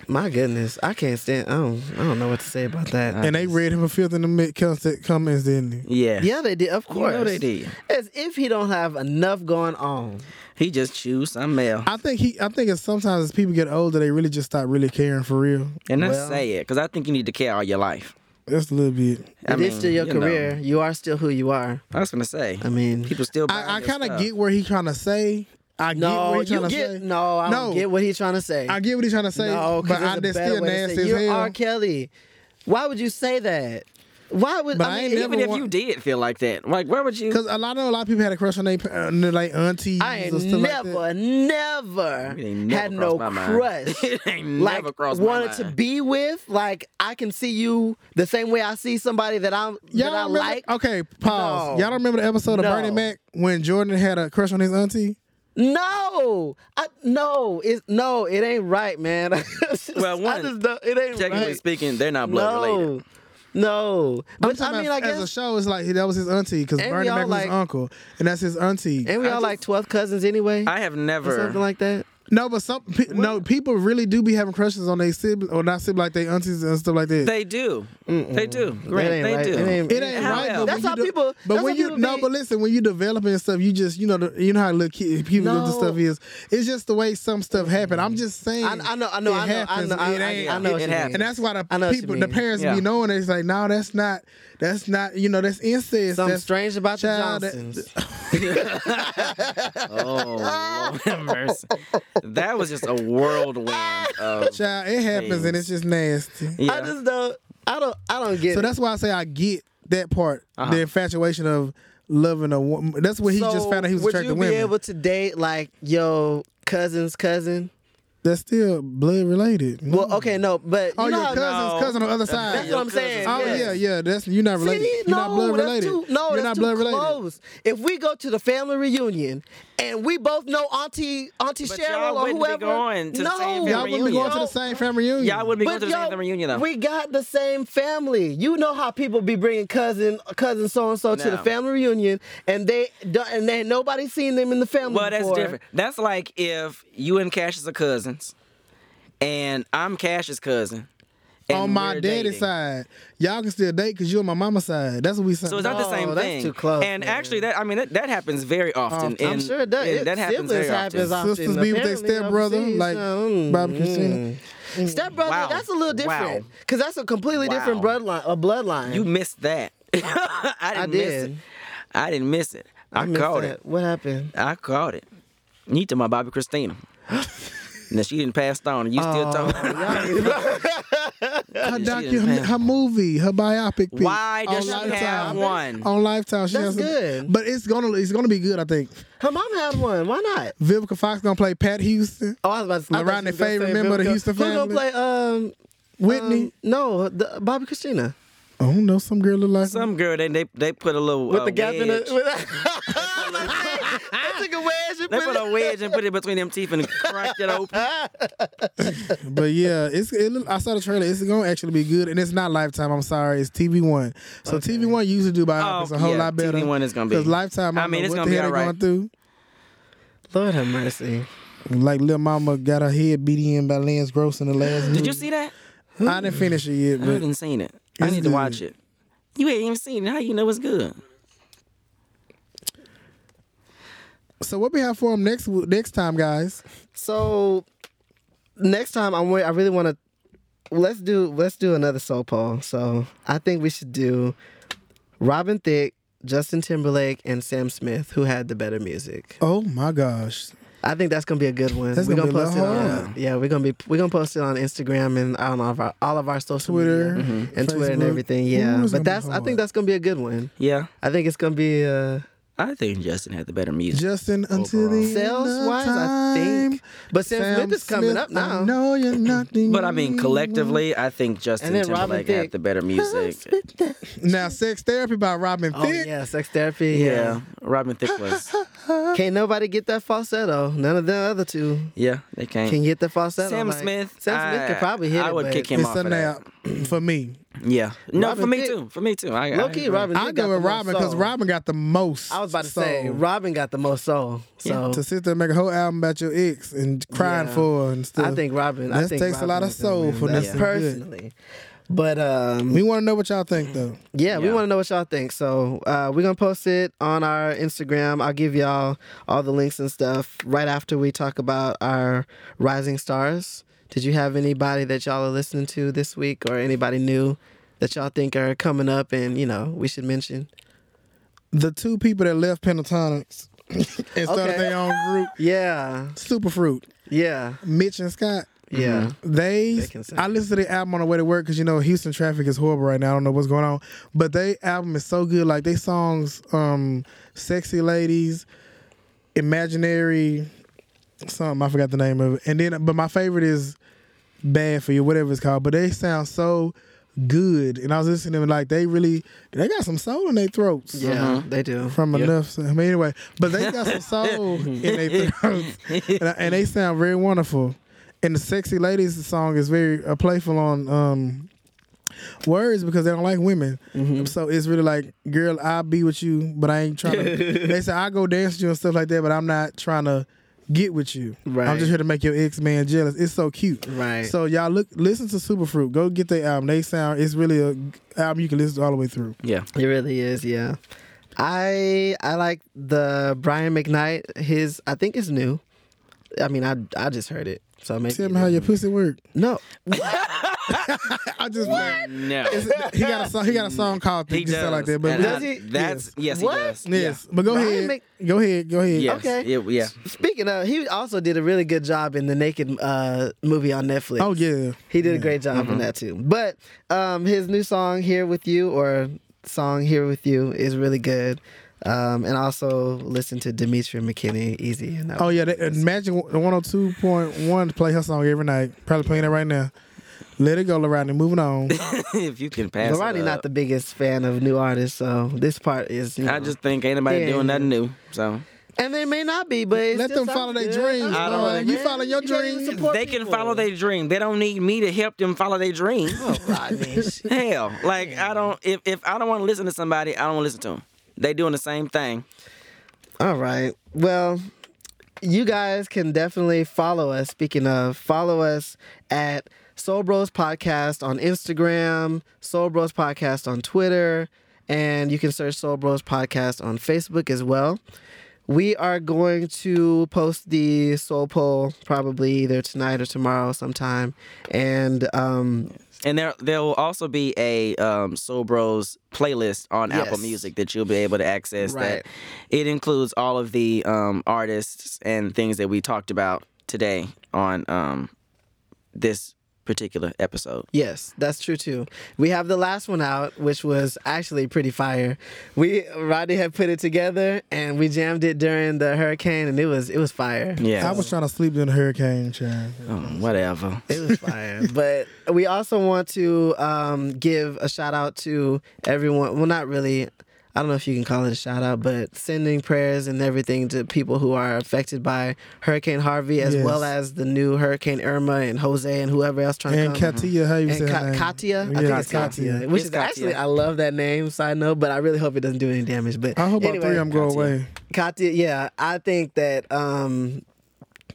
B: my goodness, I can't stand. I don't. I don't know what to say about that.
D: And they read him a fifth in the mid concept comments, didn't they?
C: yeah,
B: Yeah, they did. Of
C: You
B: course,
C: know they did.
B: As if he don't have enough going on.
C: He just choose some male,
D: I think he. I think it's sometimes as people get older, they really just stop really caring for real.
C: and that's
B: well-
C: sad because I think you need to care all your life.
D: That's a little bit.
B: It
C: I
B: is
C: mean,
B: still your
C: you know.
B: career. You are still who you are.
C: I was gonna say.
B: I mean,
C: people still.
D: I, I
C: kind of
D: get where he's trying to say. I get
B: no,
D: what he's
B: you
D: trying to
B: get
D: say.
B: no. I don't
D: No.
B: get what he's trying to say.
D: I get what he's trying to say,
B: no, 'cause
D: but
B: there's
D: I
B: a
D: just
B: better
D: still
B: way to
D: nasty
B: say it.
D: as
B: You're
D: hell.
B: R. Kelly. Why would you say that? Why would
D: But
B: I
D: I
B: mean?
D: ain't
B: it-
D: never
C: Even if
D: want-
C: you did feel like that, like where would you?
D: Because a lot of a lot of people had a crush on their pa- on their, like aunties
B: I ain't
D: or stuff
B: never,
D: like that.
B: never,
C: It ain't never
B: had
C: crossed
B: no
C: my mind.
B: crush.
C: It ain't
B: like
C: never crossed my
B: wanted to
C: mind.
B: be with. Like I can see you the same way I see somebody that I'm
D: Y'all
B: that I
D: remember,
B: like.
D: okay, pause. Y'all
B: No.
D: don't remember the episode of
B: No.
D: Bernie Mac when Jordan had a crush on his auntie?
B: No, I, no, it's no, it ain't right, man. I just-
C: Well,
B: I
C: one,
B: just don't- it ain't
C: Technically
B: right.
C: speaking, they're not blood related.
B: no, no. But I
D: Talking
B: mean, I
D: about
B: guess,
D: as a show, it's like that was his auntie because
B: And we
D: Bernie
B: all
D: Mac was
B: like-
D: his uncle, and that's his auntie.
B: and we all like twelve cousins anyway,
C: I have
B: or something
C: never.
B: like that.
D: No, but some pe- no people really do be having crushes on their siblings or not siblings like they aunties and stuff like that.
C: They do. They do. Great.
B: ain't
C: They
B: right.
C: do.
B: It ain't-
D: it ain't
C: How
D: right.
C: else?
D: but
B: That's
D: when
B: how
D: you do-
B: people-
D: But
B: that's
D: when
B: how
D: you
B: people
D: no,
B: be-
D: but listen, when you developing and stuff, you just you know the, you know how little kid, people do this
B: No.
D: stuff is. It's just the way some stuff happen. I'm just saying.
B: I, I know, I
D: it
B: know, I know, I
D: happens.
B: know, I
D: It
B: know,
D: ain't-
B: I know what
C: it
B: you
C: happens.
B: mean.
D: And that's why the
B: I know what you
D: people, the
B: mean.
D: parents
C: Yeah.
D: be knowing it. it's like, no, that's not, that's not, you know, that's incest.
B: Something
D: that's
B: strange about the
D: child that-
B: Johnsons.
C: Oh, Lord have mercy. That was just a whirlwind of.
D: Child, it happens and it's just nasty.
B: I
C: Yeah.
B: just don't. I don't. I don't get.
D: So
B: it.
D: that's why I say I get that part, the infatuation of loving a woman. That's what he just
B: Uh-huh. So
D: found out he was
B: would
D: attracted to
B: you be
D: women.
B: able to date like your cousin's cousin?
D: that's still blood related.
B: Well, okay, no, but
D: Oh,
B: you know
D: your
B: how-
D: cousin's
C: no.
D: cousin on the other side.
B: That's what I'm saying.
D: Oh
B: yes.
D: yeah, yeah. That's you're not related.
B: See,
D: you're
B: no,
D: not blood
B: that's
D: related.
B: too no,
D: you're
B: that's
D: not
B: too
D: blood related.
B: close. If we go to the family reunion and we both know Auntie Auntie
C: But
B: Cheryl
C: y'all
B: or
C: wouldn't be
B: whoever,
C: going to the
B: no,
D: Y'all
C: same
D: wouldn't be
C: Reunion.
D: going to the same family reunion.
C: Y'all wouldn't be going
B: But
C: to the
B: yo,
C: same reunion, though.
B: we got the same family. You know how people be bringing cousin cousin so and so to the
C: No.
B: family reunion, and they do- and they nobody seen them in the family.
C: Well, that's
B: before.
C: different. That's like if you and Cassius are cousins, and I'm Cash's cousin. and
D: on my
C: we're
D: daddy's
C: dating.
D: side, y'all can still date because you on my mama's side. That's what we saying.
C: So it's not the
B: No,
C: same
B: Oh, that's
C: thing.
B: too close,
C: And
B: man. Oh,
C: actually, that I mean that, that happens very often.
B: I'm
C: and-
B: sure it does.
C: and
B: It-
C: that happens
B: siblings
C: very often.
B: happens often.
D: sisters be with their
B: Apparently,
D: stepbrother,
B: overseas,
D: like
B: so, mm,
D: Bobby Christina.
B: Step brother,
C: Wow.
B: Mm. that's a little different
C: Wow.
B: because that's a completely
C: Wow.
B: different bloodline. A bloodline.
C: You missed that. I didn't
B: I
C: miss it.
B: did.
C: I didn't miss it. I,
B: missed
C: caught
B: that.
C: it.
B: What happened?
C: I caught it. You to my Bobby Christina. now she didn't pass on. You
B: Oh,
C: still talking?
D: Her
C: She done
D: docu, her,
C: passed.
D: her movie, her biopic. piece
C: Why does she
D: on
C: have
D: Lifetime.
C: one?
D: on Lifetime? She
B: That's
D: has some-
B: good.
D: but it's gonna it's gonna be good. I think
B: Her mom had one. Why not?
D: Vivica Fox gonna play Pat Houston,
B: Oh, I was about to. I thought
D: Rodney
B: you was gonna
D: Faye,
B: say
D: remember the
B: Bill Cosby.
D: Houston
B: Who's gonna
D: family?
B: play? Um,
D: Whitney.
B: um, no, the, Bobby Christina
D: I don't know some girl look like her.
C: Some girl they they, they put a little
B: with
C: uh,
B: the gap in
C: wedge.
B: the. With, I took a wedge. and
C: They
B: put
C: put
B: it-
C: a wedge and put it between them teeth and cracked it open.
D: But yeah, it's. It, look- I saw the trailer. It's gonna actually be good, and it's not Lifetime. I'm sorry, it's TV One. So TV One usually do biopics
C: Oh,
D: a whole
C: yeah,
D: lot better.
C: TV1 is gonna be-
D: because Lifetime. I, mean, it's gonna be
C: all
D: going
C: right.
D: through.
B: Lord have mercy.
D: Like Lil Mama got her head beat in by Lance Gross in the last.
C: Did you see that?
D: I didn't finish it yet,
C: I
D: but
C: haven't seen it. I
D: It's
C: need to
D: good.
C: watch it. You ain't even seen it. How you know it's good?
D: so what we have for him next next time, guys?
B: So next time I'm. wa- I really want to. Let's do. Let's do another soul poll. So I think we should do Robin Thicke, Justin Timberlake, and Sam Smith. Who had the better music?
D: Oh my gosh,
B: I think that's gonna be a good one.
D: That's
B: we're
D: gonna
B: gonna,
D: be
B: post
D: a
B: it
D: lot
B: on.
D: harder.
B: Yeah, we're gonna be we're gonna post it on Instagram and on all of our all of our social
D: Twitter,
B: media
D: Mhm.
B: and Twitter and
D: Facebook.
B: everything.
D: Ooh,
B: Yeah,
D: it's gonna be
B: but that's I
D: hard.
B: think that's gonna be a good one.
C: Yeah,
B: I think it's gonna be uh,
C: I think Justin had the better music.
D: Justin until the
B: sales
D: end of
B: wise. I
D: time.
B: think, but Sam, Smith is coming
D: Smith,
B: up now.
D: I know you're nothing.
C: But I mean, collectively, I think
B: And
C: Justin
B: then Robin
C: Timberlake had
B: Thicke.
C: the better music.
D: now sex therapy by Robin
B: Oh
D: Thicke.
B: yeah, sex therapy.
C: Yeah, Robin Thicke was.
B: can't nobody get that falsetto. None of the other two
C: Yeah, they can't.
B: can get the falsetto.
C: Sam
B: like-
C: Smith.
B: Sam Smith
C: I-
B: could probably hit
C: I
B: it,
C: would
B: but
C: kick him
D: It's
C: off.
D: a
C: for that.
D: nap for me.
C: Yeah. No,
B: Robin
C: for me
B: Thicke-
C: too. For me too. I, I
B: Low key,
C: agree.
B: Robin.
D: I
B: Thicke got
D: go
B: the
D: with
B: most
D: Robin because
B: soul.
D: Robin got the most.
B: I was about to
D: soul.
B: say Robin got the most soul. So
D: to sit there and make a whole album about your ex and crying
B: Yeah.
D: for her and stuff.
B: I think Robin. I
D: That
B: think
D: takes a
B: Robin
D: lot of
B: is gonna
D: soul
B: win
D: for
B: that
D: nothing good.
B: personally. But um,
D: we want to know what y'all think though.
B: yeah, we
C: Yeah.
B: want to know what y'all think. So uh, we're gonna post it on our Instagram. I'll give y'all all the links and stuff right after we talk about our rising stars. Did you have anybody that y'all are listening to this week, or anybody new that y'all think are coming up and you know we should mention?
D: The two people that left Pentatonics and started
B: Okay.
D: their own group,
B: Yeah,
D: Superfruit,
B: yeah,
D: Mitch and Scott.
B: yeah.
D: They,
B: They can sing.
D: I listened to the album on the way to work because you know Houston traffic is horrible right now. I don't know what's going on, but they album is so good. Like they songs, um, "Sexy Ladies," "Imaginary," something I forgot the name of it. And then, but my favorite is "Bad for You," whatever it's called. But they sound so good, and I was listening to them like they really, they got some soul in their throats.
B: Yeah, they do.
D: From enough, I mean, anyway, but they got some soul in their throats, and, I- and they sound very wonderful. And the sexy ladies song is very uh, playful on um, words because they don't like women, so it's really like, girl, I'll be with you, but I ain't trying to. they say I go dance with you and stuff like that, but I'm not trying to get with you.
B: Right.
D: I'm just here to make your ex man jealous. It's so cute.
B: Right.
D: So y'all look, listen to Superfruit. Go get their album. They sound. It's really a g- album you can listen to all the way through.
C: Yeah.
B: It really is, yeah. I I like the Brian McKnight. His I think it's new. I mean, I I just heard it, so maybe
D: Tell me how your pussy work.
B: no.
D: I just
C: No.
D: he got a song. He got a song called
C: He
D: "Things Just Sound Like That." But
C: and
B: Does
C: I-
B: he?
C: That's yes.
B: What?
C: He does.
D: yes, but go
B: Ryan
D: ahead.
B: Mc-
D: go ahead. Go ahead.
C: Yes.
B: Okay.
C: It- yeah.
B: Speaking of, he also did a really good job in the Naked uh, movie on Netflix.
D: Oh yeah.
B: He did a great job in that too. But um, his new song "Here with You" or song "Here with You" is really good. Um, and also listen to Demetri McKinney, Easy. And that
D: Oh yeah, they, imagine the one hundred two point one play her song every night. Probably playing it right now. Let it go, Lorraine. Moving on.
C: if you can pass. it
B: Lorraine
C: up.
B: not the biggest fan of new artists, so this part is. You know,
C: I just think ain't nobody
B: Yeah.
C: doing nothing new. So
B: and they may not be, but it's
D: Let
B: still
D: them follow their
B: sounds good.
D: dreams,
C: I don't
D: boy.
C: really
D: You
B: care.
D: follow your
B: You don't even
D: dreams.
B: support
C: they can
B: people.
C: follow their dream. They don't need me to help them follow their dream.
B: Oh, Rodney.
C: Hell, like I don't. If if I don't want to listen to somebody, I don't want to listen to them. They doing the same thing.
B: All right. Well, you guys can definitely follow us. Speaking of, follow us at Soul Bros Podcast on Instagram, Soul Bros Podcast on Twitter, and you can search Soul Bros Podcast on Facebook as well. We are going to post the soul poll probably either tonight or tomorrow sometime. And um,
C: And there there will also be a um, Soul Bros playlist on Apple
B: Yes.
C: Music that you'll be able to access.
B: Right.
C: That it includes all of the um, artists and things that we talked about today on um, this particular episode.
B: Yes, that's true too. We have the last one out, which was actually pretty fire. We Rodney had put it together and we jammed it during the hurricane, and it was it was fire.
C: Yeah.
D: I was trying to sleep during the hurricane, child.
C: Um, whatever.
B: It was fire. but we also want to um, give a shout out to everyone. Well, not really. I don't know if you can call it a shout out, but sending prayers and everything to people who are affected by Hurricane Harvey, as
D: Yes.
B: well as the new Hurricane Irma and Jose and whoever else trying
D: And
B: to come.
D: Katia, how you say
B: and
D: her
B: Ka-
D: name?
B: Katia, I
D: Yeah,
B: think it's Katia, which
C: It's
B: is actually
C: Katia.
B: I love that name. Side note, but I really hope it doesn't do any damage. But
D: I hope all
B: anyway,
D: three of them go away.
B: Katia, yeah, I think that um,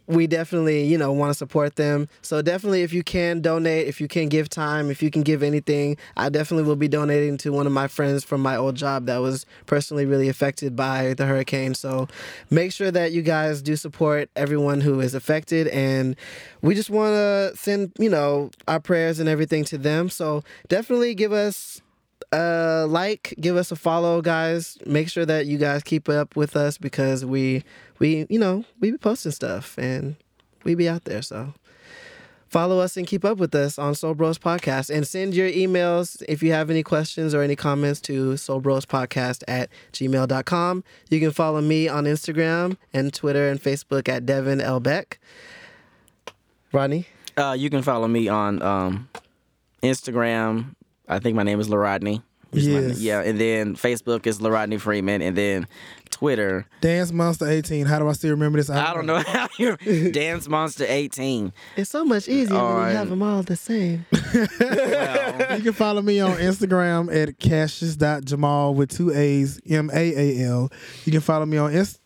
B: we definitely you know want to support them. So definitely, if you can donate, if you can give time, if you can give anything, I definitely will be donating to one of my friends from my old job that was personally really affected by the hurricane. So make sure that you guys do support everyone who is affected, and we just want to send you know our prayers and everything to them. So definitely give us uh like give us a follow guys make sure that you guys keep up with us because we we you know we be posting stuff and we be out there so follow us and keep up with us on soul bros podcast and send your emails if you have any questions or any comments to soul bros podcast at gmail.com you can follow me on instagram and twitter and facebook at devin l beck rodney
C: Uh, you can follow me on um, Instagram. I think my name is LaRodney. Is my-
D: Yes.
C: Yeah, and then Facebook is LaRodney Freeman, and then Twitter.
D: Dance Monster 18. How do I still remember this?
C: I don't know how you Dance Monster 18.
B: it's so much easier when
C: On-
B: you have them all the same
D: You can follow me on Instagram at Cassius.Jamal with two A's, M A A L. You can follow me on Instagram.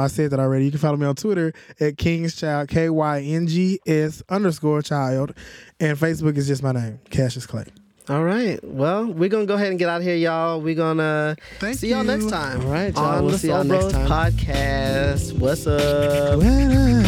D: I said that already. You can follow me on Twitter at King's Child, K Y N G S underscore child. And Facebook is just my name, Cassius Clay.
B: All right. Well, we're gonna go ahead and get out of here, y'all. We're gonna
D: Thank
B: see y'all
D: you.
B: next time.
D: All right, y'all.
B: on
D: We'll
B: the
D: see
B: Soul
D: y'all next
B: Bros podcast. What's up?
D: Well,